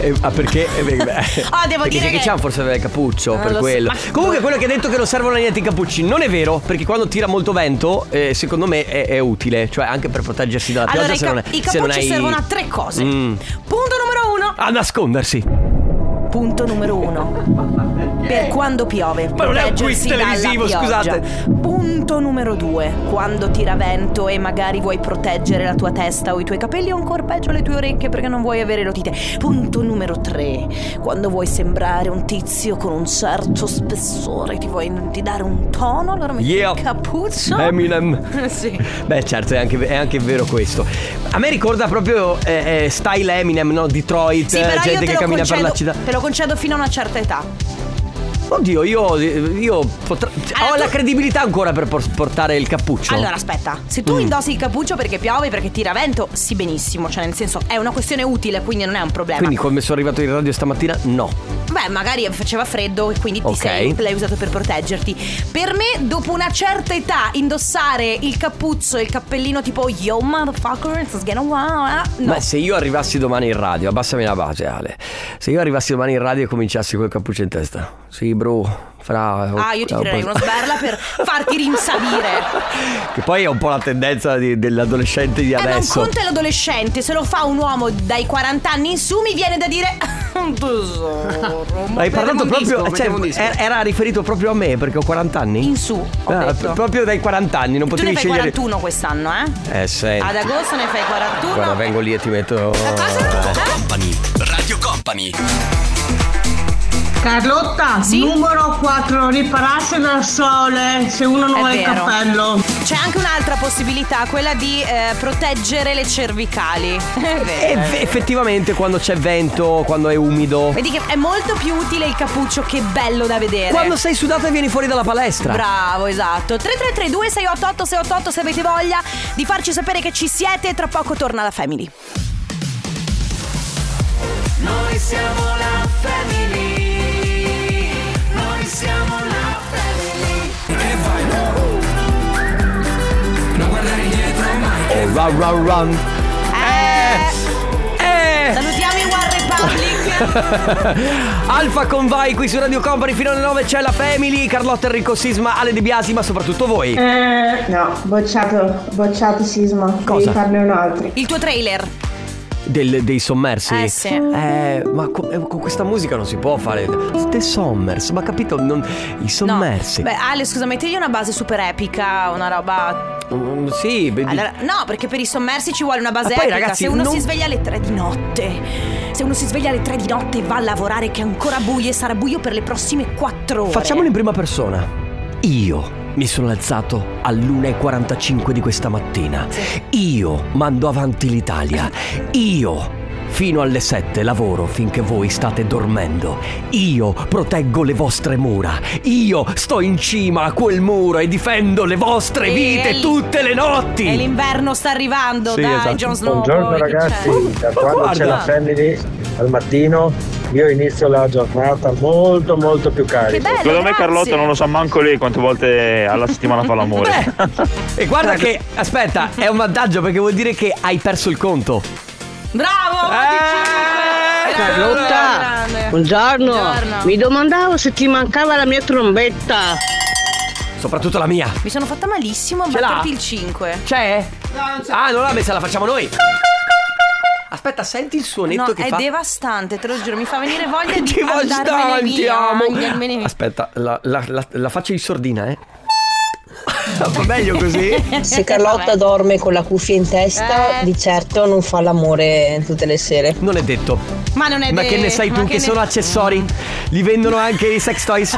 Speaker 2: Eh, ah, perché? Eh, beh, beh.
Speaker 3: [laughs] Ah, devo
Speaker 2: perché
Speaker 3: dire
Speaker 2: Jackie
Speaker 3: che-
Speaker 2: Chan forse aveva il cappuccio
Speaker 3: Non
Speaker 2: per
Speaker 3: lo so,
Speaker 2: quello.
Speaker 3: ma- boh.
Speaker 2: Comunque, quello che ha detto che non servono a niente i cappucci non è vero, perché quando tira molto vento, eh, secondo me è, è utile, cioè anche per proteggersi dalla
Speaker 3: Allora,
Speaker 2: pioggia.
Speaker 3: i,
Speaker 2: se
Speaker 3: cap-
Speaker 2: non è-
Speaker 3: i
Speaker 2: se non
Speaker 3: cappucci
Speaker 2: hai-
Speaker 3: servono a tre cose.
Speaker 2: Mm.
Speaker 3: Punto numero uno.
Speaker 2: A nascondersi.
Speaker 3: Punto numero uno. Per quando piove.
Speaker 2: Ma non è un quiz
Speaker 3: proteggersi dalla
Speaker 2: televisivo,
Speaker 3: pioggia.
Speaker 2: scusate.
Speaker 3: Punto numero due. Quando tira vento e magari vuoi proteggere la tua testa o i tuoi capelli o ancora peggio le tue orecchie perché non vuoi avere rotite. Punto numero tre. Quando vuoi sembrare un tizio con un certo spessore, ti vuoi ti dare un tono, allora metti
Speaker 2: Yeah.
Speaker 3: il cappuccio.
Speaker 2: Eminem.
Speaker 3: sì.
Speaker 2: Beh, certo, è anche, è anche vero questo. A me ricorda proprio eh, eh, style Eminem, no? Detroit, eh,
Speaker 3: Sì, però io
Speaker 2: gente
Speaker 3: te
Speaker 2: che
Speaker 3: lo,
Speaker 2: cammina per
Speaker 3: concedo,
Speaker 2: la città.
Speaker 3: te lo concedo fino a una certa età.
Speaker 2: Oddio, io, io potrei- ho la credibilità ancora per por- portare il cappuccio.
Speaker 3: Allora, aspetta, se tu
Speaker 2: Mm.
Speaker 3: indossi il cappuccio perché piove, perché tira vento, sì benissimo, cioè nel senso è una questione utile, quindi non è un problema.
Speaker 2: Quindi come sono arrivato in radio stamattina? No.
Speaker 3: Beh, magari faceva freddo e quindi ti
Speaker 2: Ok.
Speaker 3: sei, l'hai usato per proteggerti. Per me, dopo una certa età, indossare il cappuccio e il cappellino tipo yo motherfucker, it's gonna wow, eh, no.
Speaker 2: Ma se io arrivassi domani in radio, abbassami la base Ale. Se io arrivassi domani in radio e cominciassi col cappuccio in testa. Sì, bro, fra...
Speaker 3: Ah, io ti tirerei uno sberla per farti
Speaker 2: [laughs]
Speaker 3: rinsavire.
Speaker 2: Che poi è un po' la tendenza di- dell'adolescente di
Speaker 3: Eh, ma un
Speaker 2: adesso.
Speaker 3: conto è l'adolescente, se lo fa un uomo dai 40 anni in su mi viene da dire... [laughs] Tesoro.
Speaker 2: [laughs] Ma Hai parlato proprio. cioè, era- era riferito proprio a me perché ho 40 anni. In
Speaker 3: su. detto.
Speaker 2: proprio dai 40 anni, non
Speaker 3: Tu
Speaker 2: potevi
Speaker 3: ne fai
Speaker 2: scegliere.
Speaker 3: 41 quest'anno, eh?
Speaker 2: Eh, senti.
Speaker 3: Ad agosto ne fai 41.
Speaker 2: Guarda, vengo lì e ti metto.
Speaker 11: Company, Radio Company.
Speaker 16: Carlotta, numero 4, ripararsi dal sole se uno non
Speaker 3: È
Speaker 16: ha il
Speaker 3: vero.
Speaker 16: cappello.
Speaker 3: C'è anche un'altra possibilità, quella di eh, proteggere le cervicali. [laughs] È
Speaker 2: E
Speaker 3: vero.
Speaker 2: Eh, eff- effettivamente quando c'è vento, quando è umido.
Speaker 3: Vedi che è molto più utile il cappuccio, che bello da vedere.
Speaker 2: Quando sei sudato e vieni fuori dalla palestra.
Speaker 3: Bravo, esatto. 3332 688 688 se avete voglia di farci sapere che ci siete. Tra poco torna la Family.
Speaker 12: Noi siamo la family. Noi siamo la family. E vai. Non guardare indietro mai.
Speaker 2: Oh, run, run, [laughs] run. Eh.
Speaker 3: Eh. Salutiamo i One Republic.
Speaker 2: Alfa Convai qui su Radio Company fino alle 9 c'è la Family, Carlotta Enrico Sisma, Ale De Biasi, ma soprattutto voi.
Speaker 15: Eh, no, bocciato, bocciato sisma.
Speaker 2: Cosa?
Speaker 15: Devi farne un altro.
Speaker 3: Il tuo trailer.
Speaker 2: Del- dei Sommers
Speaker 3: Eh, sì.
Speaker 2: Eh, ma co- eh, con questa musica non si può fare. The Sommers, ma capito? non- I sommersi.
Speaker 3: Beh, Ale, scusa, mettigli una base super epica, una roba.
Speaker 2: Mm, sì, beh, di-
Speaker 3: Allora, no, perché per i sommersi ci vuole una base
Speaker 2: Ma poi,
Speaker 3: epica.
Speaker 2: ragazzi,
Speaker 3: se uno
Speaker 2: non-
Speaker 3: si sveglia alle 3 di notte, se uno si sveglia alle 3 di notte e va a lavorare che è ancora buio e sarà buio per le prossime 4 ore.
Speaker 2: facciamolo in prima persona. Io mi sono alzato all'1.45 di questa mattina. Io mando avanti l'Italia. Io. Fino alle 7 lavoro finché voi state dormendo. Io proteggo le vostre mura. Io sto in cima a quel muro e difendo le vostre
Speaker 3: E-
Speaker 2: vite
Speaker 3: e-
Speaker 2: tutte le notti.
Speaker 3: E l'inverno sta arrivando,
Speaker 2: Sì,
Speaker 3: dai,
Speaker 2: esatto.
Speaker 3: Jon Snow.
Speaker 9: Buongiorno
Speaker 3: poi che
Speaker 9: ragazzi,
Speaker 3: c'è?
Speaker 9: da quando c'è la family al mattino io inizio la giornata molto molto più carico.
Speaker 3: bello, Secondo me grazie. Carlotta non lo
Speaker 8: sa manco lei quante volte alla settimana fa l'amore.
Speaker 2: E guarda che, aspetta, è un vantaggio perché vuol dire che hai perso il conto.
Speaker 3: Bravo!
Speaker 2: Eh,
Speaker 16: Carlotta,
Speaker 3: grande.
Speaker 16: buongiorno.
Speaker 3: Buongiorno.
Speaker 16: Mi domandavo se ti mancava la mia trombetta.
Speaker 2: Soprattutto la mia.
Speaker 3: Mi sono fatta malissimo a
Speaker 2: Ce l'ha?
Speaker 3: batterti il 5.
Speaker 2: C'è? Ah, non l'ha messa, la facciamo noi. Aspetta, senti il suonetto
Speaker 3: No,
Speaker 2: che
Speaker 3: è
Speaker 2: fa.
Speaker 3: devastante, te lo giuro, mi fa
Speaker 2: [laughs]
Speaker 3: venire voglia di
Speaker 2: Che
Speaker 3: andarmene
Speaker 2: vostanti,
Speaker 3: via,
Speaker 2: amo.
Speaker 3: andarmene via.
Speaker 2: Aspetta, la, la- la- la faccio in sordina, eh. Va [laughs] meglio così?
Speaker 1: Se Carlotta dorme con la cuffia in testa,
Speaker 3: Eh.
Speaker 1: di certo non fa l'amore tutte le sere.
Speaker 2: Non è detto.
Speaker 3: Ma non è
Speaker 2: Ma
Speaker 3: de-
Speaker 2: che ne sai
Speaker 3: ma
Speaker 2: tu che,
Speaker 3: ne-
Speaker 2: sono accessori? Li vendono anche i
Speaker 3: [laughs]
Speaker 2: sex toys.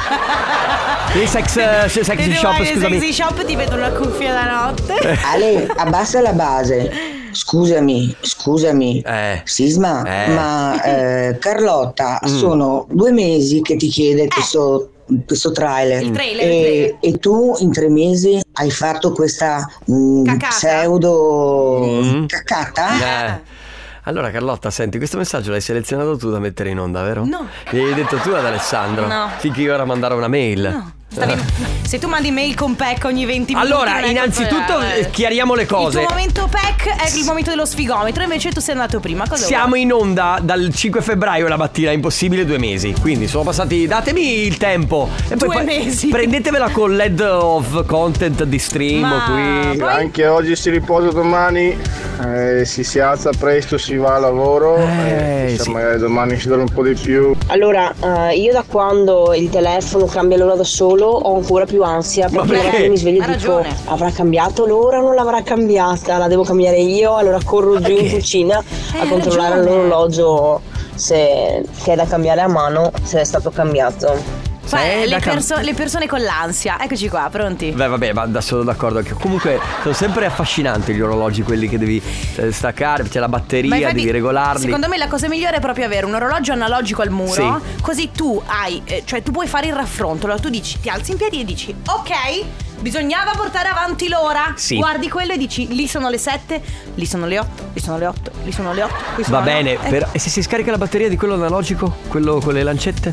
Speaker 2: I sex, eh,
Speaker 3: Se
Speaker 2: sexy
Speaker 3: tu
Speaker 2: shop,
Speaker 3: vai nel
Speaker 2: scusami.
Speaker 3: sexy shop ti vedo una cuffia da
Speaker 2: [laughs]
Speaker 12: Eh.
Speaker 3: notte.
Speaker 18: Ale, abbassa la base. Scusami, scusami. Sisma,
Speaker 12: Eh.
Speaker 18: ma eh, Carlotta,
Speaker 12: Mm.
Speaker 18: sono due mesi che ti chiede questo, questo trailer.
Speaker 12: Eh. Il trailer,
Speaker 18: e,
Speaker 12: il trailer.
Speaker 18: e tu in tre mesi hai fatto questa mm, pseudo
Speaker 12: Mm.
Speaker 18: cacata?
Speaker 2: Eh. Allora Carlotta, senti, questo messaggio l'hai selezionato tu da mettere in onda, vero?
Speaker 3: No.
Speaker 2: L'hai detto tu ad Alessandro.
Speaker 3: No.
Speaker 2: Finché io ora mandare una mail. Eh.
Speaker 3: Se tu mandi mail con PEC ogni 20 minuti.
Speaker 2: Allora,
Speaker 3: non è
Speaker 2: innanzitutto
Speaker 3: colpa-
Speaker 2: eh, chiariamo le
Speaker 3: Il
Speaker 2: cose.
Speaker 3: tuo momento PEC è il momento dello sfigometro, invece tu sei andato prima. Cosa
Speaker 2: Siamo in onda dal 5 febbraio la mattina, impossibile due mesi. Quindi sono passati, datemi il tempo. E poi,
Speaker 3: Due
Speaker 2: poi
Speaker 3: mesi.
Speaker 2: Prendetevela con l'head of content di stream
Speaker 3: Ma
Speaker 2: qui.
Speaker 19: Anche oggi si riposa domani, eh, si si alza presto, si va al lavoro, eh, chissà, magari domani si dorme un po' di più.
Speaker 1: Allora, eh, io da quando il telefono cambia l'ora da solo ho ancora più ansia
Speaker 12: Ma
Speaker 1: perché
Speaker 12: perché?
Speaker 1: magari mi sveglio
Speaker 12: Ha
Speaker 1: e dico
Speaker 12: ragione.
Speaker 1: avrà cambiato l'ora o non l'avrà cambiata, la devo cambiare io, allora corro giù in cucina a
Speaker 3: Eh,
Speaker 12: hai
Speaker 1: controllare
Speaker 12: ragione.
Speaker 1: l'orologio se che è da cambiare a mano se è stato cambiato.
Speaker 3: Fa-
Speaker 2: Eh,
Speaker 3: le,
Speaker 2: da cam-
Speaker 3: perso- le persone con l'ansia. Eccoci qua, pronti?
Speaker 2: Beh, vabbè, ma da sono d'accordo anche. Comunque sono sempre affascinanti gli orologi, quelli che devi eh, staccare, c'è la batteria,
Speaker 3: Ma infatti,
Speaker 2: devi regolarli.
Speaker 3: Secondo me la cosa migliore è proprio avere un orologio analogico al muro.
Speaker 2: Sì.
Speaker 3: Così tu hai, eh, cioè tu puoi fare il raffronto. Allora tu dici, ti alzi in piedi e dici, ok, bisognava portare avanti l'ora.
Speaker 2: Sì.
Speaker 3: Guardi quello e dici, lì sono le 7, lì sono le 8, lì sono le 8, lì sono le 8. Qui sono
Speaker 2: Va
Speaker 3: le
Speaker 2: bene,
Speaker 3: otto. Eh,
Speaker 2: però- e se si scarica la batteria di quello analogico? Quello con le lancette?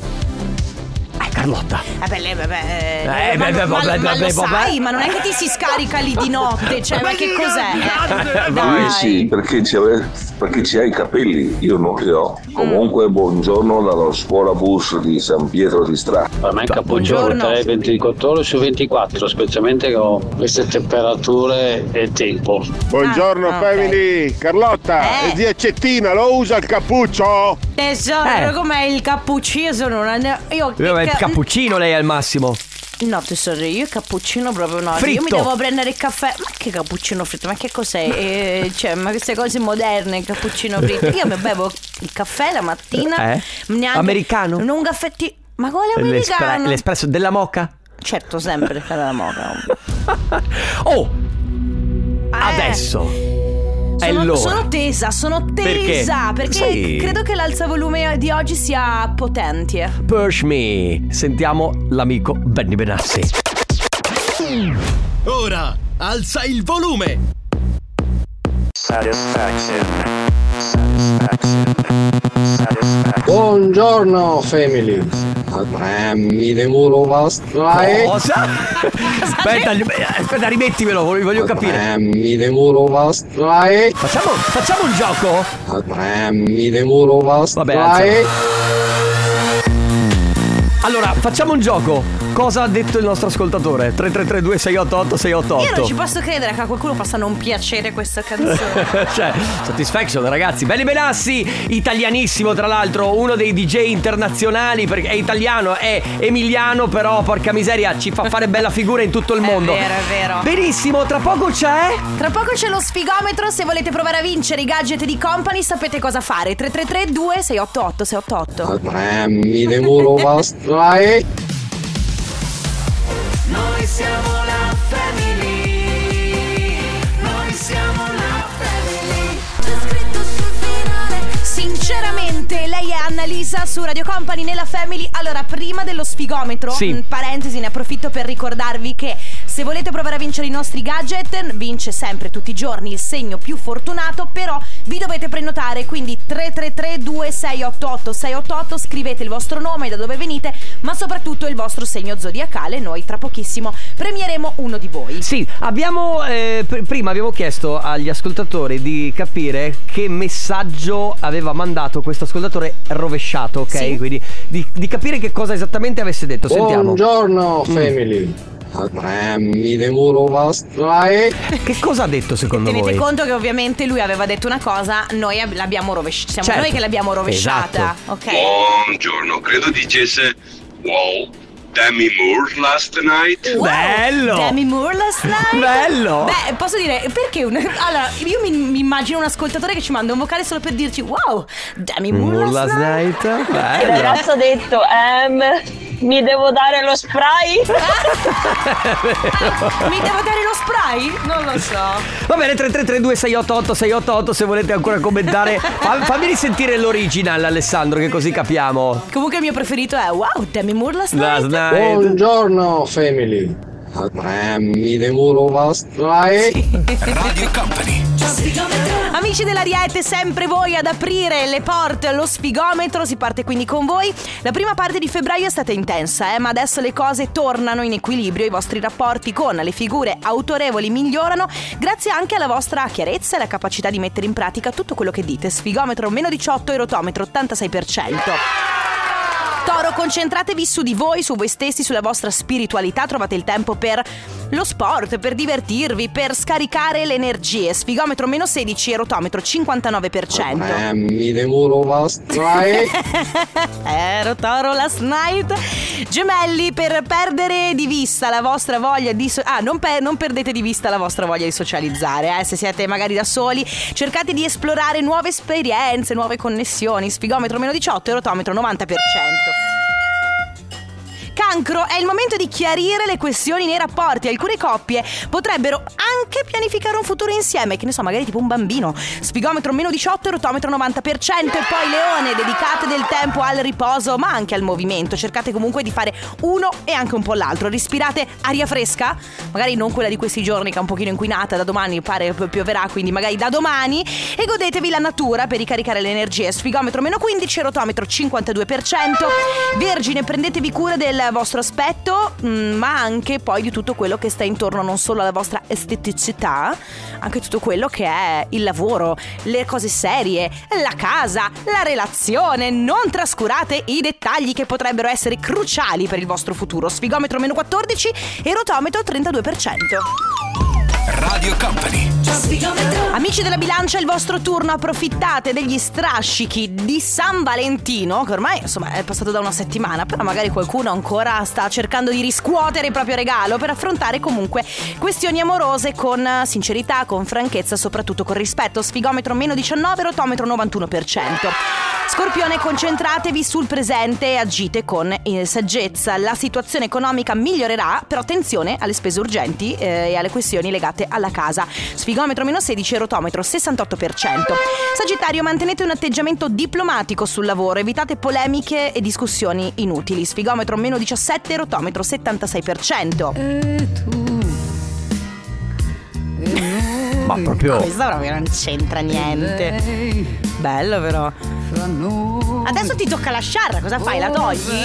Speaker 2: Eh, Carlotta.
Speaker 3: Eh beh, lei, beh, beh,
Speaker 2: Eh,
Speaker 3: ma,
Speaker 2: beh, beh,
Speaker 3: ma-
Speaker 2: beh,
Speaker 3: ma
Speaker 2: beh,
Speaker 3: lo
Speaker 2: beh,
Speaker 3: sai,
Speaker 2: beh.
Speaker 3: ma non è che ti si scarica lì di notte, cioè, ma che cos'è?
Speaker 20: Lui sì, perché ci, ave- perché ci ha i capelli, io non li ho.
Speaker 3: Mm.
Speaker 20: Comunque, buongiorno dalla scuola bus di San Pietro di Strada.
Speaker 21: Per me Capoggiolo Buongiorno. 3, 24 ore su 24, specialmente con queste temperature e tempo.
Speaker 19: Buongiorno
Speaker 21: Ah, ah, ok.
Speaker 19: family, Carlotta,
Speaker 3: Eh.
Speaker 19: e zia Cettina, lo usa il cappuccio?
Speaker 3: Tesoro,
Speaker 2: Eh.
Speaker 3: com'è il cappuccino? Sono una. Io.
Speaker 2: Eh, ma è il cappuccino lei al massimo.
Speaker 3: No, tesoro, io il cappuccino proprio no. Io mi
Speaker 2: Fritto.
Speaker 3: devo prendere il caffè. Ma che cappuccino fritto? Ma che cos'è? Eh, cioè, ma queste cose moderne, il cappuccino fritto. Io mi bevo il caffè la mattina.
Speaker 2: Eh?
Speaker 3: neanche-
Speaker 2: Americano?
Speaker 3: Non un caffettino. Ma quale
Speaker 2: L'espre-
Speaker 3: americano?
Speaker 2: l'espresso della moca?
Speaker 3: certo, sempre la
Speaker 2: [laughs]
Speaker 3: moca. Eh.
Speaker 2: Oh! Adesso è
Speaker 3: Sono,
Speaker 2: l'ora.
Speaker 3: sono tesa, sono tesa. Perché,
Speaker 2: Eh, Perché? Sì.
Speaker 3: credo che l'alzavolume di oggi sia potente.
Speaker 2: Push me. Sentiamo l'amico Benny Benassi.
Speaker 11: Ora alza il volume.
Speaker 22: Satisfaction.
Speaker 13: Buongiorno family. Mi devo mostrare.
Speaker 2: Cosa? Oh, aspetta, gli- eh, aspetta, rimettimelo, voglio, voglio capire.
Speaker 13: Mi devo mostrare.
Speaker 2: Facciamo, facciamo un
Speaker 13: gioco? Mi devo
Speaker 2: Vabbè,
Speaker 13: mostrare.
Speaker 2: Allora, facciamo un gioco. Cosa ha detto il nostro ascoltatore? 3332 688
Speaker 3: Io
Speaker 2: [laughs]
Speaker 3: non ci
Speaker 2: 688
Speaker 3: posso credere che a qualcuno possa non piacere questa canzone.
Speaker 2: cioè, satisfaction ragazzi. Bene Benassi, italianissimo tra l'altro, uno dei DJ internazionali perché è italiano, è emiliano, però porca miseria ci fa fare bella figura in tutto il mondo.
Speaker 3: vero, è vero.
Speaker 2: Benissimo, tra poco c'è
Speaker 3: Tra poco c'è lo sfigometro, se volete provare a vincere i gadget di Company sapete cosa fare. 333 2688 688.
Speaker 13: Mi devo mostrare.
Speaker 12: Noi siamo la family. Noi siamo la family.
Speaker 3: Sinceramente, lei è Annalisa su Radio Company nella Family. Allora, prima dello sfigometro,
Speaker 12: Sì.
Speaker 3: in parentesi, ne approfitto per ricordarvi che se volete provare a vincere i nostri gadget, vince sempre tutti i giorni il segno più fortunato, però vi dovete prenotare, quindi 333 2688 688, scrivete il vostro nome, da dove venite, ma soprattutto il vostro segno zodiacale, noi tra pochissimo premieremo uno di voi.
Speaker 2: Sì, abbiamo eh, pr- prima abbiamo chiesto agli ascoltatori di capire che messaggio aveva mandato questo ascoltatore rovesciato, ok?
Speaker 13: Sì.
Speaker 2: Quindi di, di capire che cosa esattamente avesse detto. Sentiamo. [laughs]
Speaker 13: Buongiorno
Speaker 2: Mm.
Speaker 13: family. Mi devo mostrare.
Speaker 2: Che cosa ha detto secondo
Speaker 3: Tenete
Speaker 2: voi?
Speaker 3: conto che ovviamente lui aveva detto una cosa, noi ab- l'abbiamo rovesciata. Siamo
Speaker 2: Certo.
Speaker 3: noi che l'abbiamo rovesciata.
Speaker 2: Esatto.
Speaker 3: Ok.
Speaker 5: Buongiorno, credo dicesse wow. Demi Moore last night?
Speaker 3: Wow, Demi Moore last night.
Speaker 5: Bello.
Speaker 3: Beh, posso dire perché un- Allora, io mi, mi immagino un ascoltatore che ci manda un vocale solo per dirci wow, Demi Moore,
Speaker 2: Moore
Speaker 3: last
Speaker 2: last
Speaker 3: night.
Speaker 2: night.
Speaker 4: Il
Speaker 3: [laughs]
Speaker 2: Bella.
Speaker 4: ragazzo ha detto, ehm, mi devo dare lo spray?
Speaker 3: [laughs] Mi devo dare lo spray? Non lo so.
Speaker 2: Va bene, 3332 688 688 se volete ancora
Speaker 3: [laughs]
Speaker 2: commentare. Fa- fammi risentire l'original Alessandro che così capiamo.
Speaker 3: Comunque il mio preferito è wow, Demi Moore last night.
Speaker 13: Buongiorno family. Mi devo lastrare.
Speaker 12: Radio Company.
Speaker 3: Amici dell'Ariete, sempre voi ad aprire le porte allo sfigometro, si parte quindi con voi. La prima parte di febbraio è stata intensa, eh, ma adesso le cose tornano in equilibrio, i vostri rapporti con le figure autorevoli migliorano grazie anche alla vostra chiarezza e alla capacità di mettere in pratica tutto quello che dite. Sfigometro meno 18 e rotometro 86%. Toro, concentratevi su di voi, su voi stessi, sulla vostra spiritualità. Trovate il tempo per lo sport, per divertirvi, per scaricare le energie. Sfigometro meno 16 e rotometro 59%.
Speaker 13: Mi
Speaker 3: [laughs]
Speaker 13: devo lastrare.
Speaker 3: Eh, Rotoro last night. Gemelli, per perdere di vista la vostra voglia di. so- ah, non, pe- non perdete di vista la vostra voglia di socializzare. Eh. Se siete magari da soli, cercate di esplorare nuove esperienze, nuove connessioni. Sfigometro meno 18 e rotometro 90%. Cancro, è il momento di chiarire le questioni nei rapporti. Alcune coppie potrebbero anche pianificare un futuro insieme, che ne so, magari tipo un bambino. Spigometro meno 18, rotometro 90%. E poi leone, dedicate del tempo al riposo, ma anche al movimento. Cercate comunque di fare uno e anche un po' l'altro. Respirate aria fresca, magari non quella di questi giorni che è un pochino inquinata, da domani pare pi- pioverà, quindi magari da domani. E godetevi la natura per ricaricare le energie. Sfigometro meno 15, rotometro 52%. Vergine, prendetevi cura del vostro aspetto, mh, ma anche poi di tutto quello che sta intorno, non solo alla vostra esteticità, anche tutto quello che è il lavoro, le cose serie, la casa, la relazione. Non trascurate i dettagli che potrebbero essere cruciali per il vostro futuro. Sfigometro meno 14 e rotometro 32%.
Speaker 11: Radio Company.
Speaker 3: Amici della bilancia, è il vostro turno, approfittate degli strascichi di San Valentino, che ormai insomma è passato da una settimana, però magari qualcuno ancora sta cercando di riscuotere il proprio regalo per affrontare comunque questioni amorose con sincerità, con franchezza, soprattutto con rispetto. Sfigometro meno 19, rotometro 91%. Scorpione, concentratevi sul presente e agite con eh, saggezza. La situazione economica migliorerà, però attenzione alle spese urgenti eh, e alle questioni legate alla casa. Sfigometro meno 16 e rotometro 68%. Sagittario, mantenete un atteggiamento diplomatico sul lavoro, evitate polemiche e discussioni inutili. Sfigometro meno 17 e rotometro 76%.
Speaker 2: Ma proprio.
Speaker 3: Questa proprio non c'entra niente. Bello però. Adesso ti tocca la sciarra, cosa fai? La togli?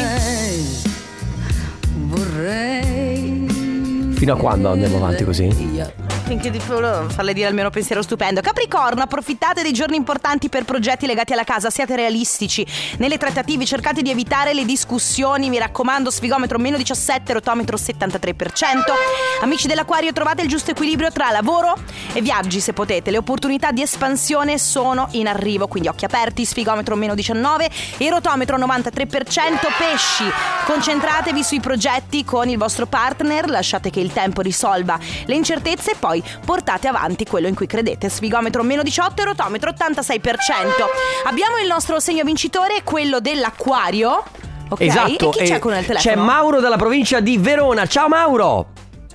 Speaker 2: Fino a quando andiamo avanti così?
Speaker 3: Finché di volevo farle dire almeno pensiero stupendo. Capricorno, approfittate dei giorni importanti per progetti legati alla casa, siate realistici. Nelle trattative cercate di evitare le discussioni, mi raccomando, sfigometro meno 17, rotometro 73%. Amici dell'acquario, trovate il giusto equilibrio tra lavoro e viaggi se potete. Le opportunità di espansione sono in arrivo, quindi occhi aperti, sfigometro meno 19 e rotometro 93%. Pesci, concentratevi sui progetti con il vostro partner, lasciate che il tempo risolva le incertezze e poi portate avanti quello in cui credete. Sfigometro meno 18 e rotometro 86%. Abbiamo il nostro segno vincitore, quello dell'acquario. Ok,
Speaker 2: Esatto.
Speaker 3: e chi c'è
Speaker 2: eh,
Speaker 3: con il
Speaker 2: C'è
Speaker 3: telefono?
Speaker 2: Mauro dalla provincia di Verona. Ciao Mauro.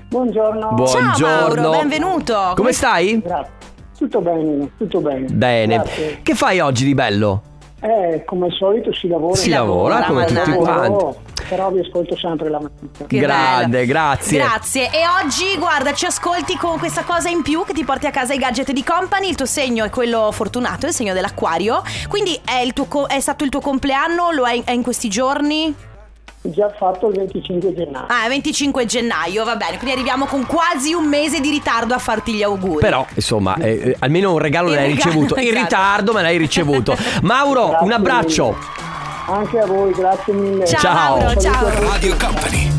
Speaker 22: Buongiorno.
Speaker 2: Buongiorno.
Speaker 3: Ciao Mauro, benvenuto.
Speaker 2: Come, stai?
Speaker 22: Grazie. Tutto bene, tutto bene.
Speaker 2: Bene.
Speaker 22: Grazie.
Speaker 2: Che fai oggi di bello?
Speaker 22: Eh, come al solito si lavora.
Speaker 2: Si lavora, come tutti
Speaker 22: Lavoro,
Speaker 2: quanti.
Speaker 22: Però vi ascolto sempre la mattina.
Speaker 2: Grande, grazie.
Speaker 3: Grazie. E oggi, guarda, ci ascolti con questa cosa in più che ti porti a casa i gadget di company. Il tuo segno è quello fortunato, il segno dell'acquario. Quindi è, il tuo co- è stato il tuo compleanno? Lo è in, è in questi giorni?
Speaker 22: Già fatto il 25 gennaio.
Speaker 3: Ah, è 25 gennaio, va bene. Quindi arriviamo con quasi un mese di ritardo a farti gli auguri.
Speaker 2: Però, insomma, eh, eh, almeno un regalo
Speaker 3: Il
Speaker 2: l'hai
Speaker 3: regalo,
Speaker 2: ricevuto. In
Speaker 3: esatto.
Speaker 2: ritardo, ma l'hai ricevuto. Mauro, un abbraccio.
Speaker 22: Anche a voi, grazie mille.
Speaker 2: Ciao, Ciao. Mauro,
Speaker 3: ciao.
Speaker 11: Radio Company.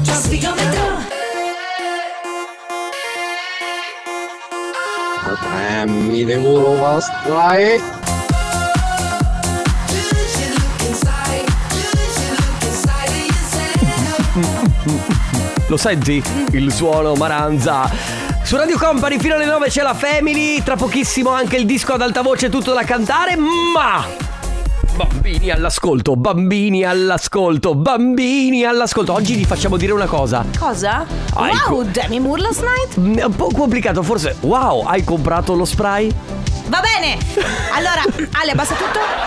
Speaker 13: Mi devo lastrare.
Speaker 2: Lo senti? Il suono maranza. Su Radio Company fino alle 9 c'è la Family, tra pochissimo anche il disco ad alta voce tutto da cantare, ma... Bambini all'ascolto, bambini all'ascolto, bambini all'ascolto. Oggi vi facciamo dire una cosa.
Speaker 3: Cosa?
Speaker 2: Ah, ecco.
Speaker 3: wow, Demi Moore last night?
Speaker 2: È un po' complicato, forse. Wow, hai comprato lo spray?
Speaker 3: Va
Speaker 2: [laughs]
Speaker 3: bene! Allora, Ale, basta tutto?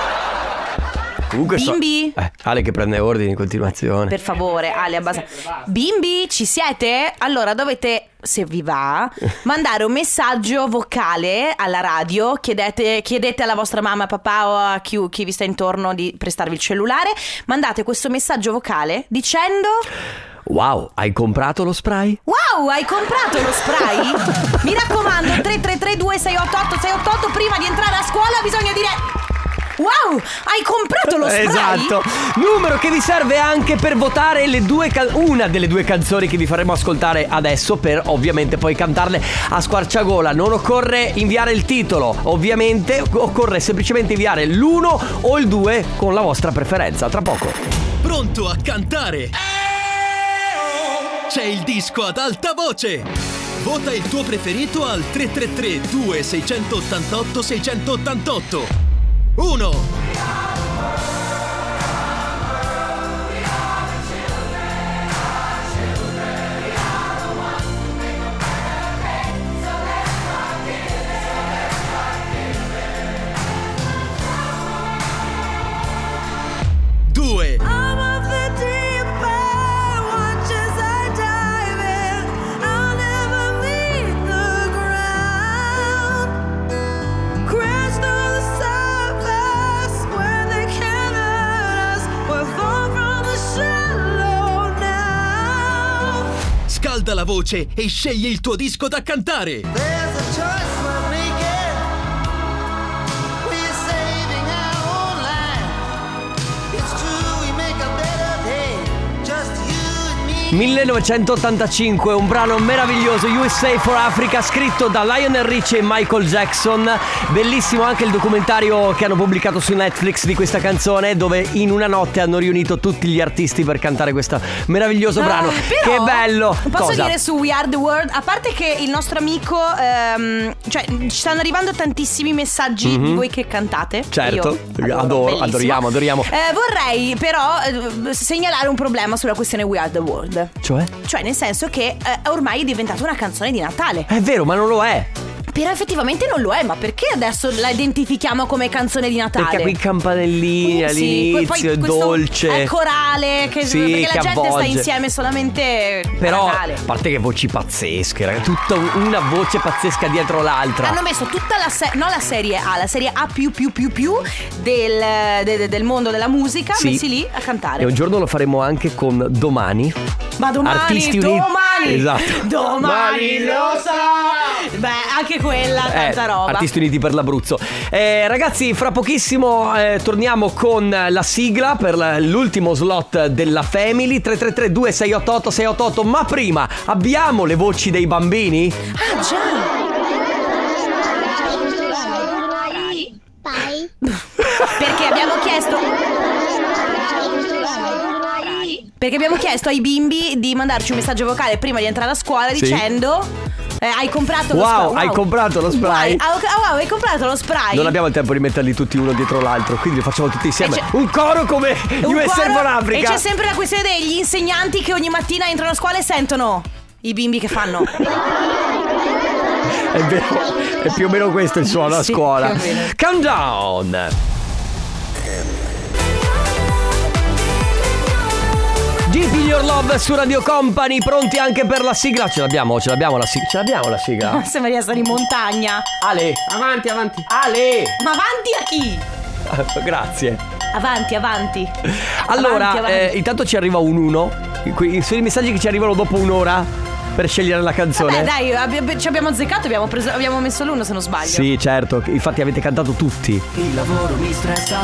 Speaker 2: Comunque so-
Speaker 3: Bimbi?
Speaker 2: Eh, Ale che prende ordini in continuazione.
Speaker 3: Per favore, Ale, abbassa. Bimbi, ci siete? Allora dovete, se vi va, mandare un messaggio vocale alla radio. Chiedete, chiedete alla vostra mamma, papà o a chi, chi vi sta intorno di prestarvi il cellulare. Mandate questo messaggio vocale dicendo:
Speaker 2: Wow, hai comprato lo spray?
Speaker 3: Wow, hai comprato lo spray? Mi raccomando, 3332688688. Prima di entrare a scuola, bisogna dire. Wow, hai comprato
Speaker 2: [laughs]
Speaker 3: lo spray?
Speaker 2: Esatto. Numero che vi serve anche per votare le due can- una delle due canzoni che vi faremo ascoltare adesso per ovviamente poi cantarle a squarciagola. Non occorre inviare il titolo, ovviamente occorre semplicemente inviare l'uno o il due con la vostra preferenza. Tra poco.
Speaker 6: Pronto a cantare? C'è il disco ad alta voce. Vota il tuo preferito al 333 2688 688. 1 2 Scalda la voce e scegli il tuo disco da cantare.
Speaker 10: Just
Speaker 2: 1985, un brano meraviglioso, USA for Africa, scritto da Lionel Richie e Michael Jackson. Bellissimo anche il documentario che hanno pubblicato su Netflix di questa canzone, dove in una notte hanno riunito tutti gli artisti per cantare questo meraviglioso brano.
Speaker 3: Ah, però,
Speaker 2: che bello!
Speaker 3: Posso
Speaker 2: Cosa?
Speaker 3: dire su We Are the World? A parte che il nostro amico, ehm, cioè, ci stanno arrivando tantissimi messaggi di
Speaker 2: Mhm.
Speaker 3: voi che cantate.
Speaker 2: Certo,
Speaker 3: Io adoro,
Speaker 2: adoro,
Speaker 3: bellissimo.
Speaker 2: adoriamo, adoriamo.
Speaker 3: Eh, vorrei però eh, segnalare un problema sulla questione We Are the World.
Speaker 2: Cioè?
Speaker 3: Cioè, nel senso che eh, ormai è diventata una canzone di Natale.
Speaker 2: È vero, ma non lo è.
Speaker 3: Però effettivamente non lo è, ma perché adesso la identifichiamo come canzone di Natale?
Speaker 2: Perché qui campanellini
Speaker 3: Uh, Sì, poi-
Speaker 2: all'inizio,
Speaker 3: poi
Speaker 2: è
Speaker 3: questo
Speaker 2: dolce.
Speaker 3: È corale, che,
Speaker 2: Sì,
Speaker 3: perché la
Speaker 2: che
Speaker 3: gente sta
Speaker 2: avvolge.
Speaker 3: insieme solamente a
Speaker 2: Però,
Speaker 3: Natale.
Speaker 2: a parte che voci pazzesche, raga, tutta una voce pazzesca dietro l'altra.
Speaker 3: Hanno messo tutta la serie, non la serie A, la serie A più più più più del, de- de- del mondo della musica,
Speaker 2: Sì.
Speaker 3: messi lì a cantare.
Speaker 2: E un giorno lo faremo anche con Domani.
Speaker 3: Ma domani,
Speaker 2: Artisti Uniti-
Speaker 3: domani, [laughs]
Speaker 2: Esatto.
Speaker 3: domani lo so. Beh, anche quella,
Speaker 2: Eh,
Speaker 3: tanta roba.
Speaker 2: Artisti Uniti per l'Abruzzo. Eh, ragazzi, fra pochissimo eh, torniamo con la sigla per la- l'ultimo slot della Family 333 2688 688. Ma prima abbiamo le voci dei bambini?
Speaker 3: Ah, Perché abbiamo chiesto. Perché abbiamo chiesto ai bimbi di mandarci un messaggio vocale prima di entrare a scuola
Speaker 2: Sì.
Speaker 3: dicendo. eh, hai comprato lo
Speaker 2: Wow,
Speaker 3: spray.
Speaker 2: hai comprato lo spray?
Speaker 3: Wow, ah, ok, ah, wow, hai comprato lo spray.
Speaker 2: Non abbiamo il tempo di metterli tutti uno dietro l'altro, quindi li facciamo tutti insieme.
Speaker 3: E c'è-
Speaker 2: Un coro come
Speaker 3: Un
Speaker 2: USA
Speaker 3: coro-
Speaker 2: for Africa.
Speaker 3: E c'è sempre la questione degli insegnanti che ogni mattina entrano a scuola e sentono i bimbi che
Speaker 2: [laughs]
Speaker 3: fanno.
Speaker 2: È
Speaker 3: [laughs]
Speaker 2: vero, è più o meno questo il suono a
Speaker 3: Sì,
Speaker 2: scuola.
Speaker 3: più o meno.
Speaker 2: Countdown! GP Your Love su Radio Company, pronti anche per la sigla? Ce l'abbiamo, ce l'abbiamo la sigla. Ce l'abbiamo la
Speaker 3: [laughs]
Speaker 2: sigla?
Speaker 3: Sembra di essere in montagna.
Speaker 2: Ale, avanti, avanti. Ale!
Speaker 3: Ma avanti a chi?
Speaker 2: Grazie.
Speaker 3: Avanti, avanti.
Speaker 2: Allora,
Speaker 3: Avanti, avanti.
Speaker 2: eh, intanto ci arriva un 1. Que- Sono i messaggi che ci arrivano dopo un'ora per scegliere la canzone.
Speaker 3: Beh, dai, abbi- ci abbiamo azzeccato, abbiamo, preso- abbiamo messo l'uno se non sbaglio.
Speaker 2: Sì, certo, infatti avete cantato tutti.
Speaker 12: Il lavoro mi stressa,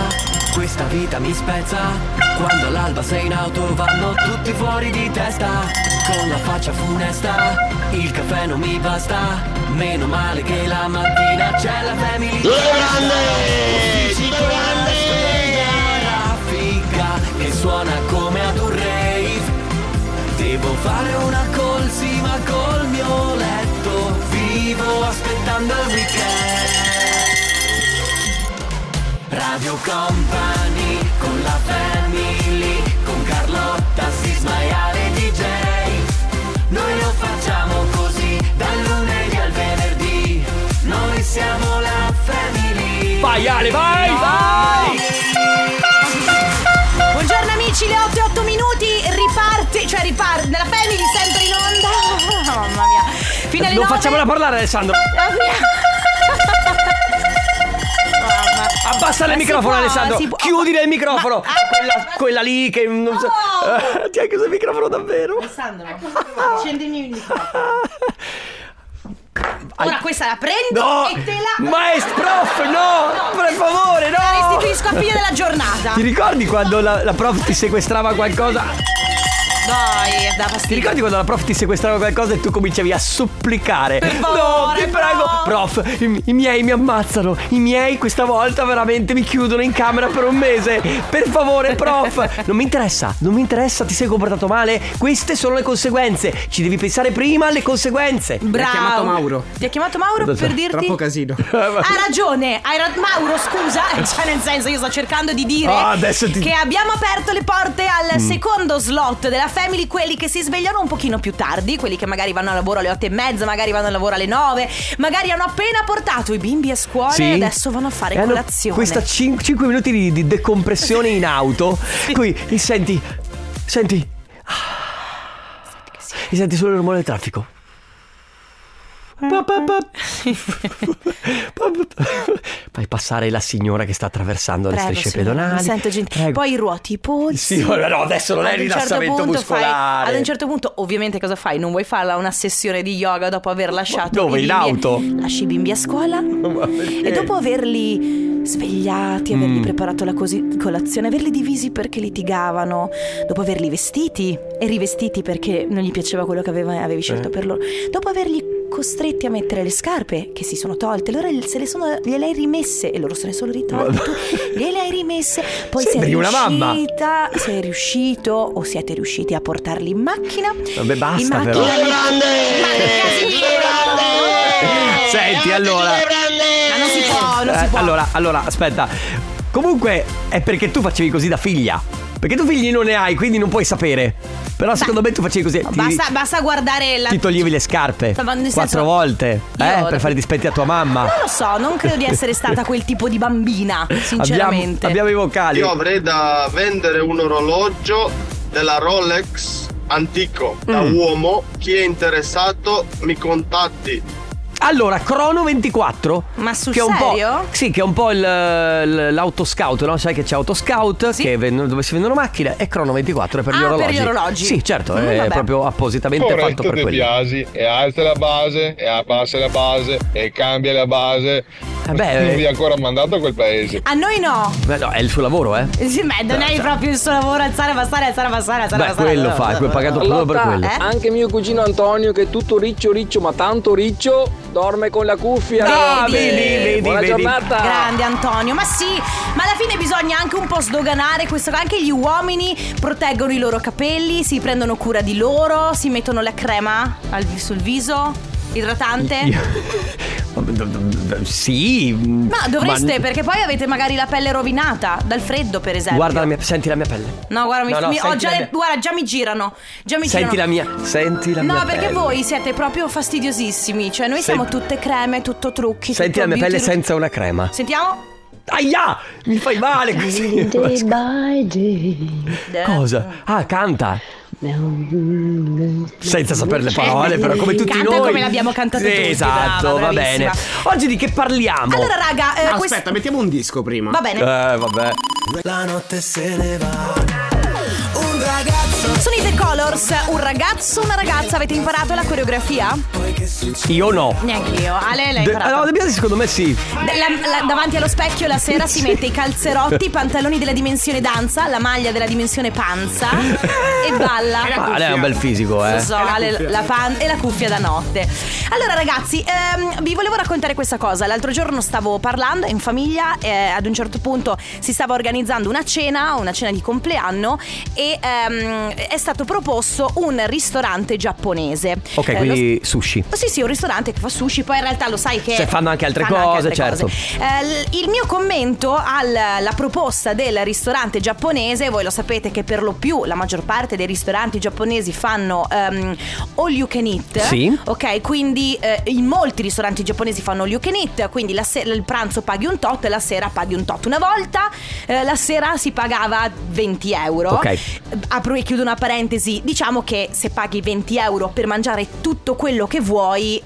Speaker 12: questa vita mi spezza. Quando all'alba sei in auto vanno tutti fuori di testa. Con la faccia funesta, il caffè non mi basta. Meno male che la mattina c'è la family.
Speaker 5: Grande!
Speaker 12: Uffici con la sfida, la figa che suona come ad un rave. Devo Radio Company con la family, con Carlotta, Sisma e Ale DJ. Noi lo facciamo così, dal lunedì al venerdì. Noi siamo la family.
Speaker 2: Vai Ale, vai, vai!
Speaker 3: Buongiorno amici, le 8 e 8 minuti, riparte, cioè riparte, la family sempre in onda. [laughs] Oh, mamma mia. Fino alle
Speaker 2: non
Speaker 3: 9.
Speaker 2: facciamola parlare Alessandro. Abbassa il
Speaker 3: Ma si
Speaker 2: microfono
Speaker 3: può,
Speaker 2: Alessandro.
Speaker 3: si può- ah,
Speaker 2: Chiudili il microfono. quella, quella lì che non so-
Speaker 3: Oh!
Speaker 2: [laughs] Ti hai chiuso il microfono davvero?
Speaker 3: Alessandro, scendimi il microfono. Ora questa la prendo
Speaker 2: No!
Speaker 3: e te la.
Speaker 2: Maest- prof, no! Per favore, no!
Speaker 3: La restituisco a fine della giornata.
Speaker 2: Ti ricordi quando la, la prof ti sequestrava qualcosa?
Speaker 3: Dai, da
Speaker 2: Ti
Speaker 3: fastidio.
Speaker 2: ricordi quando la prof ti sequestrava qualcosa e tu cominciavi a supplicare?
Speaker 3: Per
Speaker 2: no,
Speaker 3: favore,
Speaker 2: ti prego! Prof, i, i miei mi ammazzano. I miei questa volta veramente mi chiudono in camera per un mese. Per
Speaker 3: [laughs]
Speaker 2: favore, prof! Non mi interessa, non mi interessa, ti sei comportato male. Queste sono le conseguenze. Ci devi pensare prima alle conseguenze.
Speaker 3: Bravo. Ti ha chiamato Mauro
Speaker 2: Lo so, Ah,
Speaker 3: per dirti.
Speaker 2: troppo [laughs]
Speaker 10: casino.
Speaker 3: Ha ragione, hai ra- Mauro, scusa, cioè nel senso io sto cercando di dire
Speaker 2: Ah, adesso ti-
Speaker 3: che abbiamo aperto le porte al
Speaker 2: Mm.
Speaker 3: secondo slot della Family, quelli che si svegliano un pochino più tardi, quelli che magari vanno a lavoro alle otto e mezza, magari vanno a lavoro alle 9, magari hanno appena portato i bimbi a scuola
Speaker 2: Sì.
Speaker 3: e adesso vanno a fare
Speaker 2: E hanno
Speaker 3: colazione.
Speaker 2: Questa 5 minuti di, di decompressione in auto. Qui e senti, senti. E senti solo il rumore del traffico.
Speaker 3: Eh.
Speaker 2: Pa, pa, pa. [laughs] Pa, pa, pa. Fai passare la signora che sta attraversando le
Speaker 3: Prego,
Speaker 2: strisce
Speaker 3: signora,
Speaker 2: pedonali.
Speaker 3: mi sento gentile. Poi ruoti i polsi.
Speaker 2: Sì, vabbè, no, adesso non è
Speaker 3: Ad un certo
Speaker 2: rilassamento
Speaker 3: punto fai-
Speaker 2: muscolare.
Speaker 3: ad un certo punto, ovviamente, cosa fai? Non vuoi farla una sessione di yoga dopo aver lasciato.
Speaker 2: dove?
Speaker 3: i
Speaker 2: In
Speaker 3: bimbi-
Speaker 2: auto?
Speaker 3: Lasci i bimbi a
Speaker 2: [laughs]
Speaker 3: scuola. E dopo averli svegliati, avergli
Speaker 2: Mm.
Speaker 3: preparato la cosi- colazione, averli divisi perché litigavano, dopo averli vestiti e rivestiti perché non gli piaceva quello che aveva- avevi scelto
Speaker 2: Eh.
Speaker 3: per loro, dopo averli costretti a mettere le scarpe che si sono tolte, allora se le sono, gliele hai rimesse e loro se ne sono ritolte,
Speaker 2: Madonna.
Speaker 3: tu gliele hai rimesse, poi sei
Speaker 2: Sembri una
Speaker 3: riuscita,
Speaker 2: mamma.
Speaker 3: sei riuscito o siete riusciti a portarli in macchina.
Speaker 2: Vabbè,
Speaker 3: in
Speaker 2: basta
Speaker 3: macchina
Speaker 2: però.
Speaker 3: Eh,
Speaker 2: Senti, allora.
Speaker 3: Ma non si può, Ah, non si
Speaker 2: Eh,
Speaker 3: può.
Speaker 2: Allora, allora, aspetta. Comunque è perché tu facevi così da figlia. Perché tu figli non ne hai, quindi non puoi sapere. Però secondo me tu facevi così. Ti,
Speaker 3: Basta, basta guardare la.
Speaker 2: ti toglievi le scarpe.
Speaker 3: Sto parlando
Speaker 2: Quattro
Speaker 3: di senso-
Speaker 2: volte. Eh,
Speaker 3: Io-
Speaker 2: per fare i dispetti a tua mamma.
Speaker 3: Non lo so, non credo di essere stata quel tipo di bambina,
Speaker 2: Abbiamo,
Speaker 3: sinceramente.
Speaker 2: abbiamo i vocali.
Speaker 7: Io avrei da vendere un orologio della Rolex antico da
Speaker 2: Mm.
Speaker 7: uomo. Chi è interessato mi contatti.
Speaker 2: Allora, Crono 24.
Speaker 3: Ma sul
Speaker 2: che è un
Speaker 3: serio?
Speaker 2: Po', sì, che è un po' il, l- l'autoscout, no? Sai che c'è Autoscout che vend- dove si vendono macchine e Crono 24 è per gli
Speaker 3: Ah, per
Speaker 2: orologi.
Speaker 3: gli orologi.
Speaker 2: Sì, certo,
Speaker 3: Mm,
Speaker 2: è
Speaker 3: vabbè.
Speaker 2: proprio appositamente fatto
Speaker 5: Corretto
Speaker 2: per
Speaker 5: De
Speaker 2: quello.
Speaker 5: Biasi e alza la base e abbassa la base e cambia la base.
Speaker 2: beh,
Speaker 5: non
Speaker 2: eh.
Speaker 5: vi ha ancora mandato a quel paese.
Speaker 3: A noi no.
Speaker 2: Beh, no, è il suo lavoro, eh.
Speaker 3: Sì, Beh, non è proprio il suo lavoro alzare, passare, alzare, passare, alzare,
Speaker 2: Beh,
Speaker 3: passare.
Speaker 2: quello fa, è pagato solo per
Speaker 17: Carlotta,
Speaker 2: quello.
Speaker 17: Anche mio cugino Antonio, che è tutto riccio, riccio, ma tanto riccio, dorme con la cuffia.
Speaker 2: Ah,
Speaker 17: Notte.
Speaker 2: vedi, vedi,
Speaker 17: Buona
Speaker 2: vedi.
Speaker 17: giornata.
Speaker 3: Grande Antonio, ma sì, ma alla fine bisogna anche un po' sdoganare questo. Anche gli uomini proteggono i loro capelli, si prendono cura di loro, si mettono la crema al- sul viso, idratante.
Speaker 2: Sì.
Speaker 3: Ma dovreste,
Speaker 2: ma-
Speaker 3: perché poi avete magari la pelle rovinata dal freddo, per esempio.
Speaker 2: Guarda la mia, senti la mia pelle.
Speaker 3: No, guarda, mi,
Speaker 2: No, no,
Speaker 3: mi- ho
Speaker 2: senti
Speaker 3: già
Speaker 2: la
Speaker 3: le-
Speaker 2: mia-
Speaker 3: guarda, già mi girano. Già mi
Speaker 2: Senti
Speaker 3: girano.
Speaker 2: la mia, senti la mia
Speaker 3: No, perché
Speaker 2: pelle.
Speaker 3: voi siete proprio fastidiosissimi. Cioè, noi siamo
Speaker 2: Senti-
Speaker 3: tutte creme, tutto trucchi.
Speaker 2: Senti
Speaker 3: tutto
Speaker 2: la mia
Speaker 3: beauty
Speaker 2: pelle
Speaker 3: routine.
Speaker 2: senza una crema.
Speaker 3: Sentiamo?
Speaker 2: Aia! Mi fai male così. [laughs] Cosa? Ah, canta. Senza sapere le parole, però come tutti
Speaker 3: Canta
Speaker 2: noi.
Speaker 3: come l'abbiamo cantato
Speaker 2: Sì,
Speaker 3: tutti,
Speaker 2: Esatto,
Speaker 3: brava,
Speaker 2: va
Speaker 3: bravissima.
Speaker 2: bene. Oggi di che parliamo?
Speaker 3: Allora, raga, eh,
Speaker 10: Aspetta,
Speaker 3: quest-
Speaker 10: mettiamo un disco prima.
Speaker 3: Va bene.
Speaker 2: Eh, vabbè.
Speaker 10: La notte se ne va.
Speaker 3: Un ragazzo. Sono i The Colors. Un ragazzo, una ragazza. Avete imparato la coreografia?
Speaker 2: Io no.
Speaker 3: Neanche io. Ale, l'hai
Speaker 2: De- Ah,
Speaker 3: imparata.
Speaker 2: no, De Biasi secondo me sì.
Speaker 3: La- la- davanti allo specchio la sera si mette i calzerotti, i pantaloni della dimensione danza, la maglia della dimensione
Speaker 2: [laughs]
Speaker 3: panza e balla.
Speaker 2: Ma Ah, lei ha un bel fisico, eh.
Speaker 3: Lo so, Ale, Esatto. la, pan- e la cuffia da notte. Allora, ragazzi, ehm, vi volevo raccontare questa cosa. L'altro giorno stavo parlando in famiglia, eh, ad un certo punto si stava organizzando una cena, una cena di compleanno, e ehm, dove è stato proposto un ristorante giapponese.
Speaker 2: Ok,
Speaker 3: Eh, lo-
Speaker 2: quindi sushi.
Speaker 3: Sì, sì, un ristorante che fa sushi, poi in realtà lo sai che...
Speaker 2: Se fanno anche altre cose, certo.
Speaker 3: Eh, l- il mio commento alla proposta del ristorante giapponese, voi lo sapete che per lo più la maggior parte dei ristoranti giapponesi fanno ehm, all you can eat.
Speaker 12: Sì.
Speaker 3: Ok, quindi eh, in molti ristoranti giapponesi fanno all you can eat, quindi la se- il pranzo paghi un tot e la sera paghi un tot. Una volta eh, la sera si pagava 20 euro.
Speaker 12: Ok.
Speaker 3: Certo. Apro e chiudo una parentesi, diciamo che se paghi 20 euro per mangiare tutto quello che vuoi...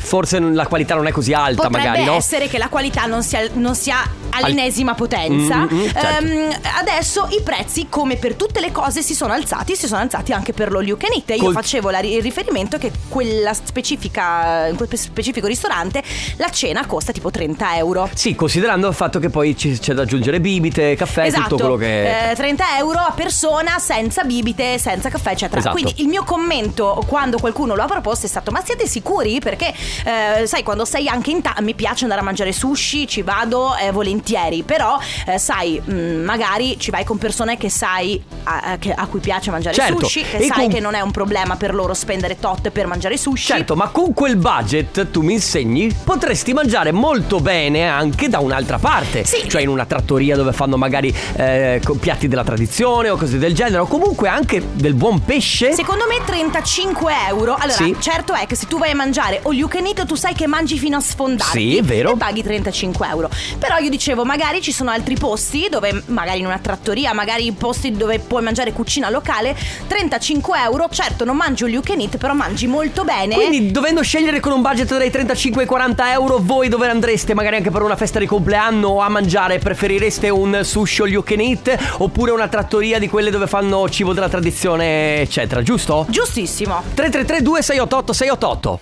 Speaker 2: Forse la qualità non è così alta,
Speaker 3: Potrebbe
Speaker 2: magari, no?
Speaker 3: essere che la qualità non sia, non sia all'ennesima potenza.
Speaker 2: Mm, mm, certo.
Speaker 3: Ehm, adesso i prezzi, come per tutte le cose, si sono alzati, si sono alzati anche per lo you can eat. E Io
Speaker 2: Col-
Speaker 3: facevo la ri- il riferimento che quella specifica, in quel specifico ristorante la cena costa tipo 30 euro.
Speaker 2: Sì, considerando il fatto che poi ci- c'è da aggiungere bibite, caffè,
Speaker 3: esatto,
Speaker 2: tutto quello che.
Speaker 3: eh, 30 euro a persona senza bibite, senza caffè, eccetera.
Speaker 2: Esatto.
Speaker 3: Quindi il mio commento quando qualcuno lo ha proposto è stato: Ma siete sicuri? Perché eh, sai, quando sei anche in tante mi piace andare a mangiare sushi, ci vado eh, volentieri. Però, eh, sai, mh, magari ci vai con persone che sai a, a- che- a cui piace mangiare
Speaker 2: Certo.
Speaker 3: sushi, che
Speaker 2: E
Speaker 3: sai
Speaker 2: con-
Speaker 3: che non è un problema per loro spendere tot per mangiare sushi.
Speaker 2: Certo, ma con quel budget tu mi insegni potresti mangiare molto bene anche da un'altra parte. Sì. Cioè in una trattoria dove fanno magari eh, co- piatti della tradizione o cose del genere, o comunque anche del buon pesce.
Speaker 3: Secondo me 35 euro. Allora,
Speaker 2: Sì.
Speaker 3: certo è che se tu vai a mangiare all you can eat, tu sai che mangi fino a sfondare.
Speaker 2: Sì, è vero.
Speaker 3: E paghi 35 euro. Però io dicevo, magari ci sono altri posti dove, magari in una trattoria, magari in posti dove puoi mangiare cucina locale. 35 euro, certo, non mangi all you can eat, però mangi molto bene.
Speaker 2: Quindi dovendo scegliere con un budget dai 35 ai 40 euro, voi dove andreste? Magari anche per una festa di compleanno o a mangiare? Preferireste un sushi all you can eat oppure una trattoria di quelle dove fanno cibo della tradizione, eccetera, giusto?
Speaker 3: Giustissimo.
Speaker 2: 333 2688 688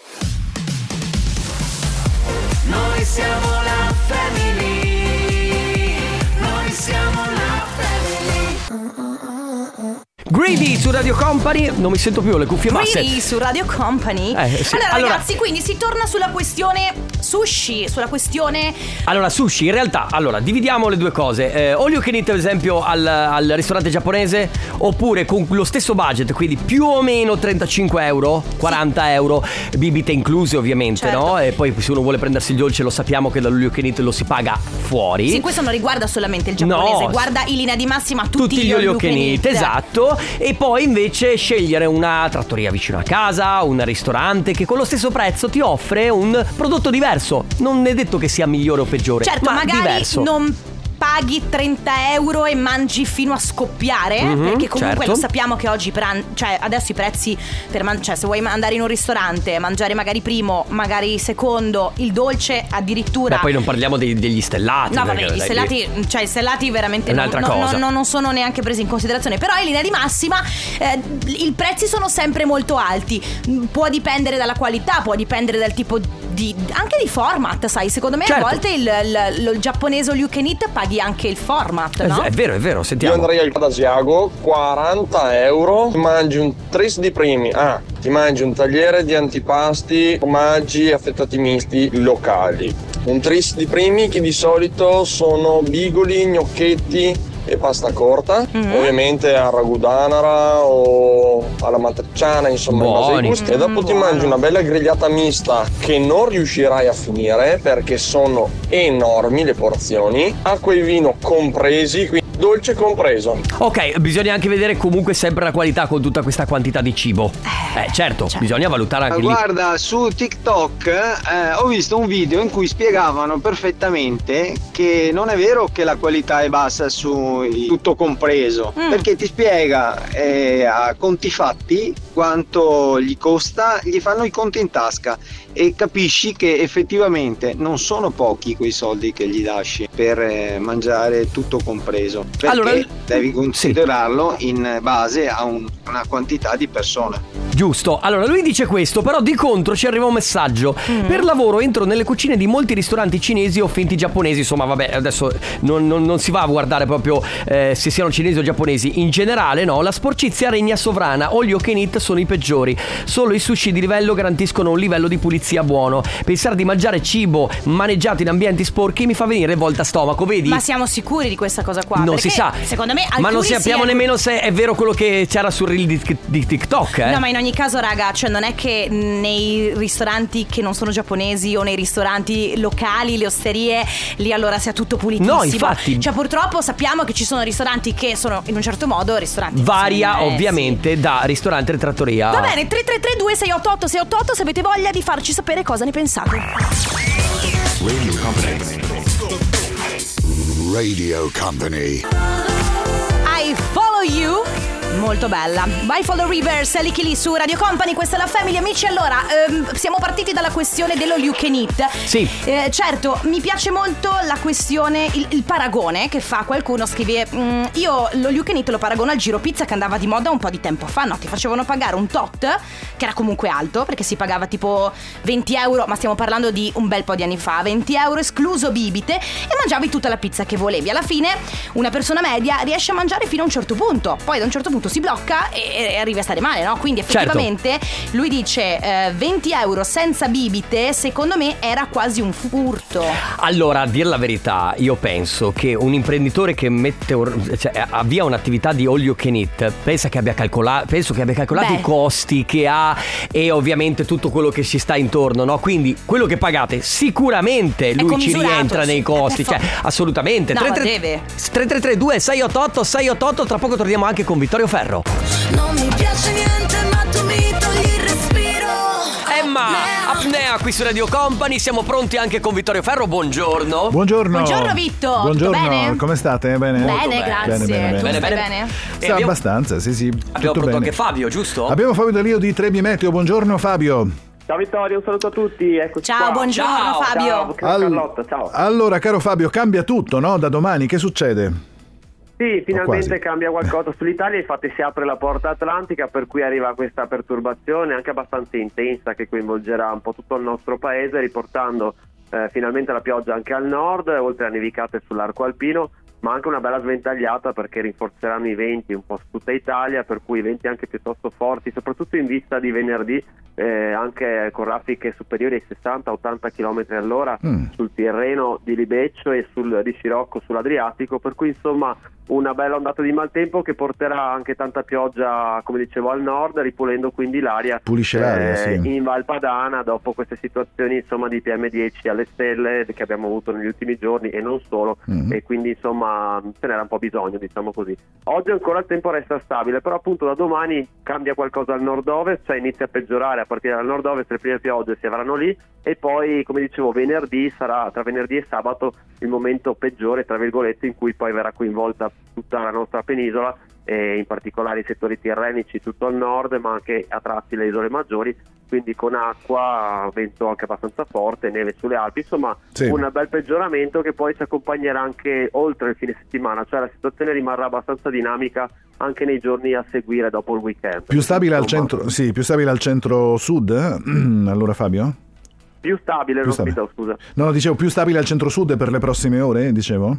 Speaker 12: Noi siamo la family. Noi siamo la family.
Speaker 2: Greedy su Radio Company, non mi sento più, ho le cuffie basse.
Speaker 3: Qui su Radio Company.
Speaker 2: Eh, sì.
Speaker 3: Allora,
Speaker 2: Allora-
Speaker 3: ragazzi, quindi si torna sulla questione sushi, sulla questione
Speaker 2: Allora, sushi, in realtà, allora, dividiamo le due cose. Eh, all you can eat, ad esempio, al, al ristorante giapponese, oppure con lo stesso budget, quindi più o meno 35 euro, 40 euro, bibite incluse ovviamente,
Speaker 3: Certo.
Speaker 2: no? E poi se uno vuole prendersi il dolce lo sappiamo che dall'all you can eat lo si paga fuori.
Speaker 3: Sì, questo non riguarda solamente il giapponese,
Speaker 2: No.
Speaker 3: guarda in linea di massima tutti,
Speaker 2: tutti gli
Speaker 3: all you can
Speaker 2: oliokenit,
Speaker 3: eat.
Speaker 2: esatto. E poi invece scegliere una trattoria vicino a casa, un ristorante che con lo stesso prezzo ti offre un prodotto diverso. Non è detto che sia migliore o peggiore,
Speaker 3: Certo,
Speaker 2: ma
Speaker 3: magari
Speaker 2: diverso.
Speaker 3: non paghi 30 euro e mangi fino a scoppiare,
Speaker 2: Mhm,
Speaker 3: perché comunque
Speaker 2: certo.
Speaker 3: lo sappiamo che oggi, pran- cioè adesso i prezzi per man- cioè se vuoi andare in un ristorante, mangiare magari primo, magari secondo, il dolce addirittura...
Speaker 2: Ma poi non parliamo dei- degli stellati.
Speaker 3: No, vabbè,
Speaker 2: perché
Speaker 3: gli
Speaker 2: Ah, dai,
Speaker 3: stellati, cioè i stellati veramente
Speaker 2: È
Speaker 3: non,
Speaker 2: un'altra
Speaker 3: non-
Speaker 2: cosa.
Speaker 3: non- non sono neanche presi in considerazione. Però in linea di massima eh, i prezzi sono sempre molto alti. Mm, Può dipendere dalla qualità, può dipendere dal tipo di. anche di format, sai. Secondo me
Speaker 2: Certo.
Speaker 3: a volte il, il- lo- il giapponese o you can eat paghi anche il format,
Speaker 2: eh,
Speaker 3: no?
Speaker 2: È vero, è vero, sentiamo.
Speaker 14: Io andrei al Cadasiago, 40 euro, ti mangi un tris di primi, ah, ti mangi un tagliere di antipasti, formaggi affettati misti locali. Un tris di primi che di solito sono bigoli, gnocchetti e pasta corta, ovviamente a ragù d'anara o alla matriciana, insomma, in base ai
Speaker 2: Buoni.
Speaker 14: gusti. E dopo ti mangi una bella grigliata mista che non riuscirai a finire perché sono enormi le porzioni, acqua e vino compresi, quindi dolce compreso.
Speaker 2: Ok, bisogna anche vedere comunque sempre la qualità con tutta questa quantità di cibo. Eh, certo, bisogna valutare anche lì.
Speaker 15: Guarda, su TikTok eh, ho visto un video in cui spiegavano perfettamente che non è vero che la qualità è bassa su i- tutto compreso,
Speaker 2: Mm.
Speaker 15: perché ti spiega eh, a conti fatti quanto gli costa, gli fanno i conti in tasca e capisci che effettivamente non sono pochi quei soldi che gli lasci per eh, mangiare tutto compreso, perché
Speaker 2: Allora,
Speaker 15: devi considerarlo in base a un- una quantità di persone.
Speaker 2: Giusto. Allora, lui dice questo, però di contro ci arriva un messaggio.
Speaker 3: Mm.
Speaker 2: Per lavoro entro nelle cucine di molti ristoranti cinesi o finti giapponesi. Insomma, vabbè, adesso non, non- non si va a guardare proprio eh, se siano cinesi o giapponesi. In generale, no, la sporcizia regna sovrana. All you can eat sono i peggiori. Solo i sushi di livello garantiscono un livello di pulizia buono. Pensare di mangiare cibo maneggiato in ambienti sporchi mi fa venire volta stomaco, vedi?
Speaker 3: Ma siamo sicuri di questa cosa qua?
Speaker 2: non
Speaker 3: Perché
Speaker 2: si sa.
Speaker 3: Secondo me
Speaker 2: Ma non
Speaker 3: alcuni
Speaker 2: sappiamo
Speaker 3: si-
Speaker 2: nemmeno se è vero quello che c'era sul reel di, di TikTok, eh.
Speaker 3: No, ma in ogni caso, raga, cioè non è che nei ristoranti che non sono giapponesi o nei ristoranti locali, le osterie, lì allora sia tutto pulitissimo.
Speaker 2: No, infatti.
Speaker 3: Cioè, purtroppo sappiamo che ci sono ristoranti che sono in un certo modo ristoranti.
Speaker 2: Varia Ah.
Speaker 3: ovviamente
Speaker 2: ovviamente da ristorante e trattoria.
Speaker 3: eh, Va bene, 3332 688 688 se avete voglia di farci sapere cosa ne pensate.
Speaker 11: Radio Company. Radio Company.
Speaker 3: I follow you. Molto bella. By Follow Rivers, Sally Kili su Radio Company, questa è la Family, amici. Allora, ehm, siamo partiti dalla questione dello you can eat.
Speaker 2: Sì.
Speaker 3: Eh, certo, mi piace molto la questione, il, il paragone che fa qualcuno, scrive, "Mm, io lo you can eat lo paragono al giro pizza che andava di moda un po' di tempo fa, no? Ti facevano pagare un tot, che era comunque alto, perché si pagava tipo 20 euro, ma stiamo parlando di un bel po' di anni fa, 20 euro escluso bibite, e mangiavi tutta la pizza che volevi. Alla fine una persona media riesce a mangiare fino a un certo punto, poi da un certo punto si blocca e, e arriva a stare male, no? Quindi
Speaker 2: Certo.
Speaker 3: effettivamente... Effettivamente, lui dice eh, 20 euro senza bibite, secondo me era quasi un furto.
Speaker 2: Allora, a dir la verità, io penso che un imprenditore che mette un- cioè, avvia un'attività di all you can eat, pensa che abbia calcolato, penso che abbia calcolato
Speaker 3: Beh.
Speaker 2: i costi che ha e ovviamente tutto quello che ci sta intorno, no? Quindi quello che pagate sicuramente lui ci
Speaker 3: commisurato,
Speaker 2: rientra
Speaker 3: sì.
Speaker 2: nei costi,
Speaker 3: Per
Speaker 2: cioè,
Speaker 3: forza.
Speaker 2: assolutamente.
Speaker 3: No, ma
Speaker 2: 33-
Speaker 3: deve.
Speaker 2: 3332 688 688, tra poco torniamo anche con Vittorio Ferro.
Speaker 12: Non mi piace niente, ma tu mi togli il respiro.
Speaker 2: Emma, apnea qui su Radio Company, siamo pronti anche con Vittorio Ferro, buongiorno.
Speaker 8: Buongiorno.
Speaker 3: Buongiorno, Vitto. Tutto
Speaker 8: Buongiorno,
Speaker 3: bene?
Speaker 8: come state? Bene?
Speaker 3: Bene, Molto bene. grazie. Tu stai bene?
Speaker 8: Sta
Speaker 2: E abbiamo-
Speaker 8: abbastanza, sì, sì.
Speaker 2: Abbiamo
Speaker 8: tutto
Speaker 2: pronto
Speaker 8: bene.
Speaker 2: anche Fabio, giusto?
Speaker 8: Abbiamo Fabio Dalio di Trebi Meteo. Buongiorno Fabio.
Speaker 9: Ciao Vittorio, un saluto a tutti, eccoci
Speaker 3: Ciao,
Speaker 9: qua.
Speaker 3: buongiorno,
Speaker 9: Ciao,
Speaker 3: Fabio.
Speaker 9: Ciao,
Speaker 8: Al-
Speaker 9: Carlotta, ciao.
Speaker 8: Allora, caro Fabio, cambia tutto, no? Da domani che succede?
Speaker 9: Sì,
Speaker 8: quasi.
Speaker 9: finalmente cambia qualcosa sull'Italia, infatti si apre la porta atlantica per cui arriva questa perturbazione anche abbastanza intensa che coinvolgerà un po' tutto il nostro paese riportando eh, finalmente la pioggia anche al nord, oltre a nevicate sull'arco alpino, ma anche una bella sventagliata perché rinforzeranno i venti un po' su tutta Italia, per cui venti anche piuttosto forti, soprattutto in vista di venerdì, eh, anche con raffiche superiori ai 60-80 km all'ora
Speaker 8: Mm.
Speaker 9: sul Tirreno di Libeccio e sul di Scirocco sull'Adriatico, per cui insomma una bella ondata di maltempo che porterà anche tanta pioggia, come dicevo, al nord, ripulendo quindi l'aria, eh,
Speaker 8: Pulisce l'aria, sì.
Speaker 9: in Val Padana dopo queste situazioni insomma di PM10 alle stelle che abbiamo avuto negli ultimi giorni e non solo e quindi insomma ce n'era un po' bisogno, diciamo così. Oggi ancora il tempo resta stabile, però appunto da domani cambia qualcosa al nord-ovest, cioè inizia a peggiorare a partire dal nord-ovest, le prime piogge si avranno lì e poi come dicevo venerdì sarà tra venerdì e sabato il momento peggiore tra virgolette in cui poi verrà coinvolta tutta la nostra penisola e in particolare i settori tirrenici tutto il nord ma anche a tratti le isole maggiori quindi con acqua, vento anche abbastanza forte, neve sulle Alpi, insomma
Speaker 8: Sì.
Speaker 9: un bel peggioramento che poi ci accompagnerà anche oltre il fine settimana, cioè la situazione rimarrà abbastanza dinamica anche nei giorni a seguire dopo il weekend.
Speaker 8: Più stabile al centro, sì, più stabile al centro-sud? eh? [clears throat] allora Fabio?
Speaker 9: Più stabile,
Speaker 8: Più
Speaker 9: non
Speaker 8: stabile.
Speaker 9: vedo, scusa.
Speaker 8: No, dicevo più stabile al centro-sud per le prossime ore, dicevo?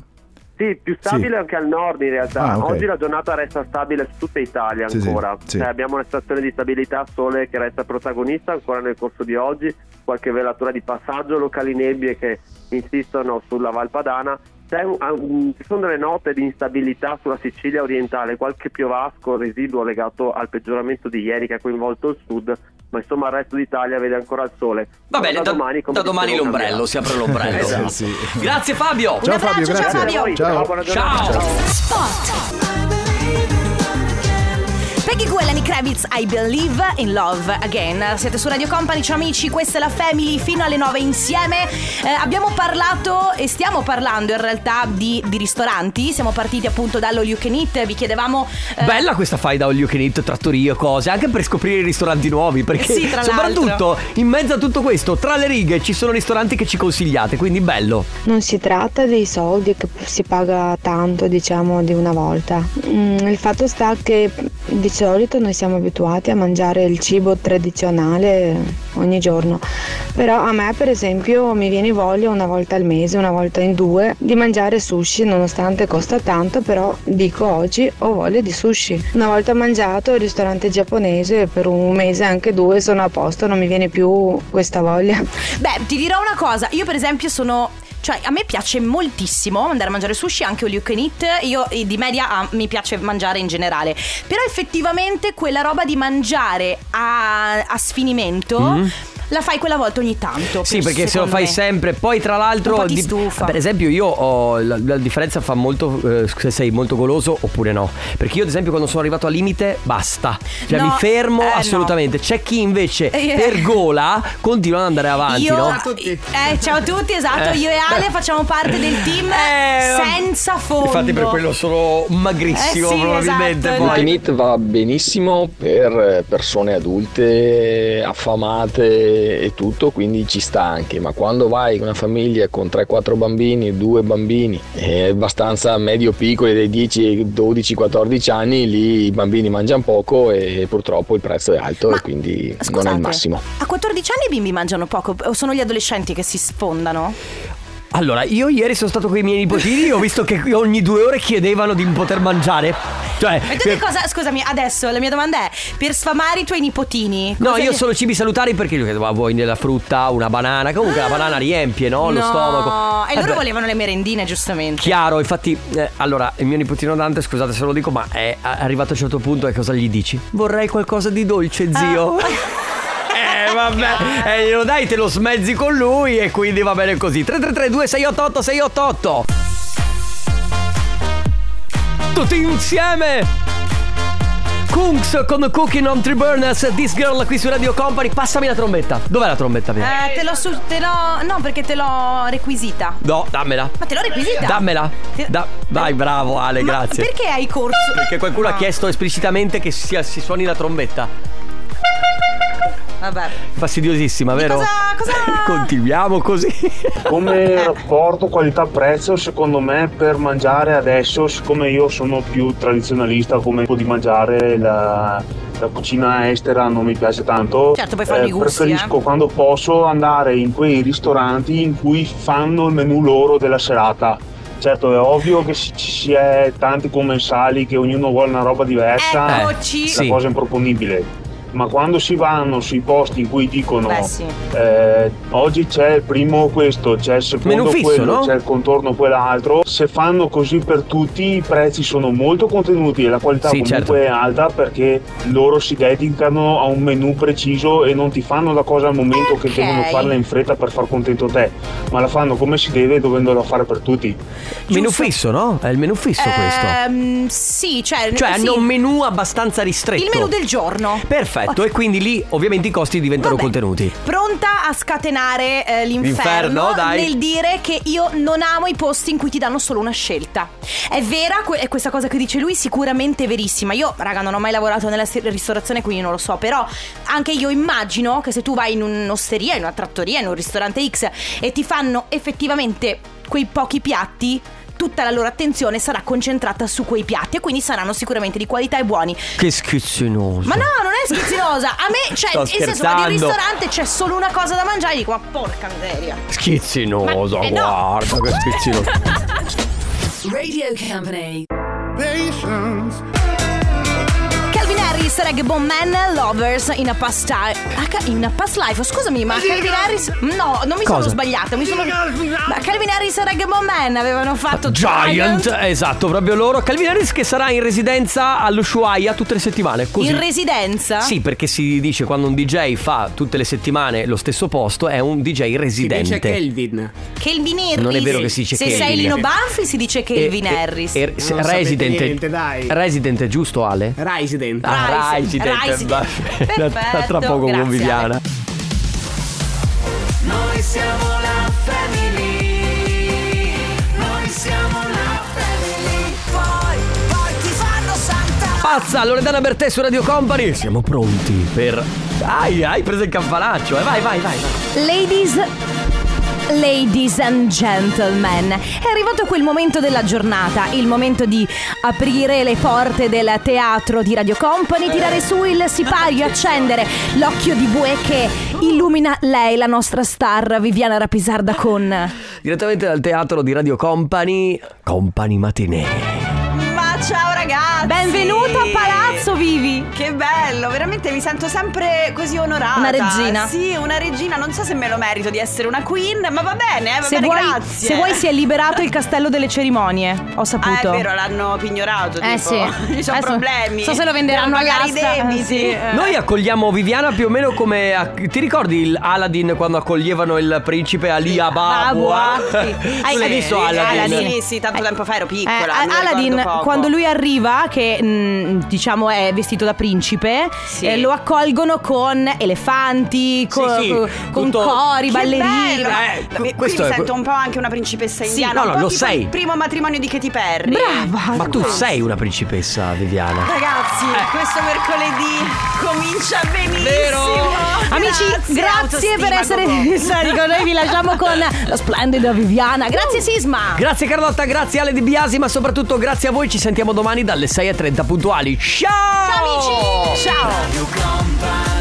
Speaker 9: Sì, più stabile anche al nord in realtà.
Speaker 8: Ah, ok.
Speaker 9: Oggi la giornata resta stabile su tutta Italia
Speaker 8: Sì, sì,
Speaker 9: ancora.
Speaker 8: sì.
Speaker 9: Cioè, abbiamo una situazione di stabilità sole che resta protagonista ancora nel corso di oggi, qualche velatura di passaggio, locali nebbie che insistono sulla Valpadana. C'è un- ah, un- ci sono delle note di instabilità sulla Sicilia orientale, qualche piovasco residuo legato al peggioramento di ieri che ha coinvolto il sud, ma insomma il resto d'Italia vede ancora il sole.
Speaker 2: Va bene,
Speaker 9: Ma
Speaker 2: da,
Speaker 9: come
Speaker 2: da domani
Speaker 9: dicevo,
Speaker 2: l'ombrello, si apre l'ombrello.
Speaker 9: Esatto.
Speaker 8: Sì.
Speaker 2: Grazie Fabio.
Speaker 8: Ciao Fabio, grazie. Ciao.
Speaker 2: Ciao.
Speaker 3: Peggy Goo e Lenny Kravitz, I Believe in Love Again. Siete su Radio Company, ciao amici, questa è la Family fino alle 9 insieme. Eh, abbiamo parlato e stiamo parlando in realtà di, di ristoranti. Siamo partiti appunto dallo You Can Eat, vi chiedevamo eh,
Speaker 2: Bella questa fai da all you can eat, trattorie, cose, anche per scoprire i ristoranti nuovi, perché
Speaker 3: Sì, tra
Speaker 2: soprattutto in mezzo a tutto questo, tra le righe ci sono ristoranti che ci consigliate, quindi bello.
Speaker 23: Non si tratta dei soldi che si paga tanto, diciamo, di una volta. Mm, il fatto sta che dic- solito noi siamo abituati a mangiare il cibo tradizionale ogni giorno, però a me per esempio mi viene voglia una volta al mese, una volta in due, di mangiare sushi nonostante costa tanto, però dico oggi ho voglia di sushi. Una volta mangiato al ristorante giapponese per un mese, anche due, sono a posto, non mi viene più questa voglia.
Speaker 3: Beh, ti dirò una cosa, io per esempio sono... Cioè, a me piace moltissimo andare a mangiare sushi, anche all you can eat. Io eh, di media ah, mi piace mangiare in generale. Però effettivamente quella roba di mangiare a, a sfinimento.
Speaker 2: Mhm.
Speaker 3: La fai quella volta ogni tanto.
Speaker 2: Sì,
Speaker 3: penso,
Speaker 2: perché se lo
Speaker 3: secondo
Speaker 2: fai
Speaker 3: me.
Speaker 2: sempre, poi tra
Speaker 3: Un
Speaker 2: l'altro.
Speaker 3: po' ti
Speaker 2: di-
Speaker 3: stufa.
Speaker 2: Per esempio, io ho. La, la differenza fa molto. eh, se sei molto goloso oppure no. Perché io, ad esempio, quando sono arrivato al limite, basta. Cioè,
Speaker 3: No,
Speaker 2: mi fermo
Speaker 3: eh, no.
Speaker 2: assolutamente. C'è chi
Speaker 3: [laughs]
Speaker 2: invece
Speaker 3: Eh.
Speaker 2: per gola continua ad andare avanti,
Speaker 3: Io,
Speaker 2: no?
Speaker 3: Eh, ciao a tutti, esatto,
Speaker 2: Eh.
Speaker 3: io e Ale facciamo parte del
Speaker 2: [laughs]
Speaker 3: team senza fondo.
Speaker 2: Infatti, per quello sono magrissimo,
Speaker 3: Eh sì,
Speaker 2: probabilmente.
Speaker 3: esatto,
Speaker 2: poi.
Speaker 3: esatto.
Speaker 1: It va benissimo per eh, persone adulte, affamate e tutto, quindi ci sta anche, ma quando vai in una famiglia con 3-4 bambini, 2 bambini, eh, abbastanza medio piccoli, dai 10, 12, 14 anni, lì i bambini mangiano poco e purtroppo il prezzo è alto e quindi non è il
Speaker 3: Scusate,
Speaker 1: massimo.
Speaker 3: A 14 anni i bimbi mangiano poco, o sono gli adolescenti che si sfondano?
Speaker 2: Allora, io ieri sono stato con i miei nipotini. ho visto che ogni due ore chiedevano di poter mangiare. Cioè,
Speaker 3: E tu che
Speaker 2: per-
Speaker 3: cosa? Scusami, adesso la mia domanda è: per sfamare i tuoi nipotini?
Speaker 2: No,
Speaker 3: cosa
Speaker 2: io
Speaker 3: gli-
Speaker 2: solo cibi salutari perché io chiedo, ma vuoi della frutta, una banana? Comunque la banana riempie, no? Lo
Speaker 3: Ah. No,
Speaker 2: stomaco.
Speaker 3: E
Speaker 2: Eh,
Speaker 3: loro
Speaker 2: beh,
Speaker 3: volevano le merendine, giustamente.
Speaker 2: Chiaro, infatti, eh, allora, il mio nipotino Dante, scusate se lo dico, ma è arrivato a un certo punto e cosa gli dici? Vorrei qualcosa di dolce,
Speaker 19: Ah. [laughs]
Speaker 2: zio. Eh vabbè, [laughs] eh, glielo dai, te lo smezzi con lui e quindi va bene così. 3332 688 688 Tutti insieme! Kungs con Cooking on Three Burners, This Girl qui su Radio Company. Passami la trombetta. Dov'è la trombetta mia?
Speaker 3: Eh, te l'ho su- te l'ho- No, perché te l'ho requisita.
Speaker 2: No, dammela.
Speaker 3: Ma te l'ho requisita?
Speaker 2: Dammela.
Speaker 3: Te-
Speaker 2: Da- Vai, bravo Ale, grazie.
Speaker 3: Perché hai corso?
Speaker 2: Perché qualcuno
Speaker 3: Ah,
Speaker 2: ha chiesto esplicitamente che sia- si suoni la trombetta.
Speaker 3: Vabbè.
Speaker 2: Fastidiosissima, vero? Continuiamo così.
Speaker 16: Come rapporto qualità-prezzo, secondo me, per mangiare adesso, siccome io sono più tradizionalista come tipo di mangiare la, la cucina estera non mi piace tanto.
Speaker 3: Certo, puoi farmi i gusti,
Speaker 16: Preferisco
Speaker 3: eh.
Speaker 16: quando posso andare in quei ristoranti in cui fanno il menù loro della serata. Certo, è ovvio che ci ci si è tanti commensali, che ognuno vuole una roba diversa.
Speaker 3: Eccoci.
Speaker 16: La
Speaker 3: Sì.
Speaker 16: cosa è improponibile. Ma quando si vanno sui posti in cui dicono
Speaker 3: Beh, sì.
Speaker 16: eh, oggi c'è il primo questo, c'è il secondo
Speaker 2: Menu fisso,
Speaker 16: quello,
Speaker 2: no?
Speaker 16: c'è il contorno quell'altro. Se fanno così per tutti i prezzi sono molto contenuti e la qualità
Speaker 2: Sì, certo.
Speaker 16: comunque è alta perché loro si dedicano a un menù preciso e non ti fanno la cosa al momento
Speaker 3: Ok.
Speaker 16: che devono farla in fretta per far contento te, ma la fanno come si deve dovendola fare per tutti.
Speaker 2: Menu fisso, no? È il menu
Speaker 3: Eh.
Speaker 2: fisso questo.
Speaker 3: Ehm, sì, cioè.
Speaker 2: Cioè
Speaker 3: sì.
Speaker 2: hanno un menù abbastanza ristretto.
Speaker 3: Il menù del giorno.
Speaker 2: Perfetto, e quindi lì ovviamente i costi diventano contenuti.
Speaker 3: Pronta a scatenare eh, l'inferno,
Speaker 2: L'inferno, dai.
Speaker 3: nel dire che io non amo i posti in cui ti danno solo una scelta. È vera que- è questa cosa che dice lui, sicuramente è verissima. Io, raga, non ho mai lavorato nella se- ristorazione, quindi non lo so, però anche io immagino che se tu vai in un'osteria, in una trattoria, in un ristorante X e ti fanno effettivamente quei pochi piatti Tutta la loro attenzione sarà concentrata su quei piatti e quindi saranno sicuramente di qualità e buoni.
Speaker 2: Che schizzinoso.
Speaker 3: Ma no, non è schizzinosa. A me, cioè,
Speaker 2: Sto
Speaker 3: nel senso, vado in
Speaker 2: scherzando.
Speaker 3: ristorante, c'è solo una cosa da mangiare e dico, ma porca miseria.
Speaker 2: Schizzinoso,
Speaker 3: Ma- eh, no.
Speaker 2: guarda che
Speaker 3: [laughs]
Speaker 2: schizzinoso.
Speaker 18: Radio Company.
Speaker 3: Calvin Harris, Reg Bone Man, Lovers in a Past Time. Ah, ca- In a Past Life, scusami, ma Calvin Harris. No, non mi sono
Speaker 2: Cosa?
Speaker 3: sbagliata. Mi sono. Ma Calvin Harris e Reg Bone Man avevano fatto.
Speaker 2: Giant, esatto, proprio loro. Calvin Harris che sarà in residenza all'Ushuaia tutte le settimane. Così.
Speaker 3: In residenza?
Speaker 2: Sì, perché si dice quando un DJ fa tutte le settimane lo stesso posto, è un DJ residente.
Speaker 1: dice Kelvin.
Speaker 3: Calvin Harris.
Speaker 2: Non è vero che si dice
Speaker 3: Se
Speaker 2: Calvin.
Speaker 3: sei Lino Banfi, si dice Calvin
Speaker 2: E- e-
Speaker 3: Harris.
Speaker 2: e- se- eh, resident.
Speaker 1: niente, dai. Eh?
Speaker 2: Resident è giusto, Ale?
Speaker 1: Resident.
Speaker 2: Ah, Resident.
Speaker 1: Resident.
Speaker 2: vabbè. Tra- Tra
Speaker 1: Perfetto,
Speaker 2: poco
Speaker 1: grazie,
Speaker 2: con Viviana.
Speaker 12: Noi siamo la family. Noi siamo la family. Poi, poi ti fanno santa.
Speaker 2: Pazza, Loredana Bertè su Radio Company. Siamo pronti per. Ai, hai preso il campanaccio, eh? Vai, vai, vai. vai.
Speaker 3: Ladies Ladies and gentlemen, è arrivato quel momento della giornata, il momento di aprire le porte del teatro di Radio Company, tirare su il sipario, accendere l'occhio di bue che illumina lei, la nostra star Viviana Rapisarda con
Speaker 2: Direttamente dal teatro di Radio Company, Company Matinee.
Speaker 19: Ma ciao ragazzi!
Speaker 3: Benvenuta a Palazzo Vivi.
Speaker 19: Che bello, veramente mi sento sempre così onorata.
Speaker 3: Una regina.
Speaker 19: Sì, una regina. Non so se me lo merito di essere una queen, ma va bene, eh, va
Speaker 3: Se
Speaker 19: bene,
Speaker 3: vuoi,
Speaker 19: grazie.
Speaker 3: se vuoi si è liberato il castello delle cerimonie, ho
Speaker 19: Ah, è
Speaker 3: saputo.
Speaker 19: vero, l'hanno pignorato.
Speaker 3: Eh,
Speaker 19: tipo.
Speaker 3: sì.
Speaker 19: [laughs] Ci sono
Speaker 3: Adesso-
Speaker 19: problemi.
Speaker 3: so se lo venderanno
Speaker 19: Devono
Speaker 3: a
Speaker 19: pagare
Speaker 3: Gasta,
Speaker 19: i debiti.
Speaker 3: sì.
Speaker 19: Eh.
Speaker 2: Noi accogliamo Viviana più o meno come. a- ti ricordi il Aladdin quando accoglievano il principe Ali [laughs]
Speaker 3: ah,
Speaker 2: Ababa?
Speaker 19: Babua, sì.
Speaker 2: tu l'hai visto Aladdin?
Speaker 19: Sì, sì, tanto tempo fa ero piccola. me
Speaker 3: Eh,
Speaker 19: lo
Speaker 3: Aladdin,
Speaker 19: ricordo poco.
Speaker 3: quando lui arriva, che mh, diciamo è vestito da principe, eh, lo accolgono con elefanti, co-
Speaker 19: sì,
Speaker 3: co- con
Speaker 19: tutto-
Speaker 3: cori,
Speaker 19: Che
Speaker 3: ballerini.
Speaker 19: bello.
Speaker 2: Eh,
Speaker 19: Ma
Speaker 2: cu-
Speaker 19: mi-
Speaker 2: questo
Speaker 19: qui mi
Speaker 2: è-
Speaker 19: sento un po' anche una principessa
Speaker 2: Sì,
Speaker 19: indiana.
Speaker 2: no,
Speaker 19: un
Speaker 2: no,
Speaker 19: po'
Speaker 2: lo
Speaker 19: tipo
Speaker 2: sei.
Speaker 19: Il primo matrimonio di Katy Perry.
Speaker 3: Brava.
Speaker 2: Ma tu sei Eh. una principessa, Viviana.
Speaker 19: Ragazzi, questo mercoledì comincia benissimo.
Speaker 3: Amici, grazie, per essere stati con noi. Vi lasciamo
Speaker 19: [laughs]
Speaker 3: con la splendida Viviana. Grazie, Sisma.
Speaker 2: Grazie Carlotta, grazie Ale Di Biasi, ma soprattutto grazie a voi. Ci sentiamo domani dalle 6.30 puntuali. Ciao!
Speaker 3: Ciao, amici. Ciao.
Speaker 12: Radio Company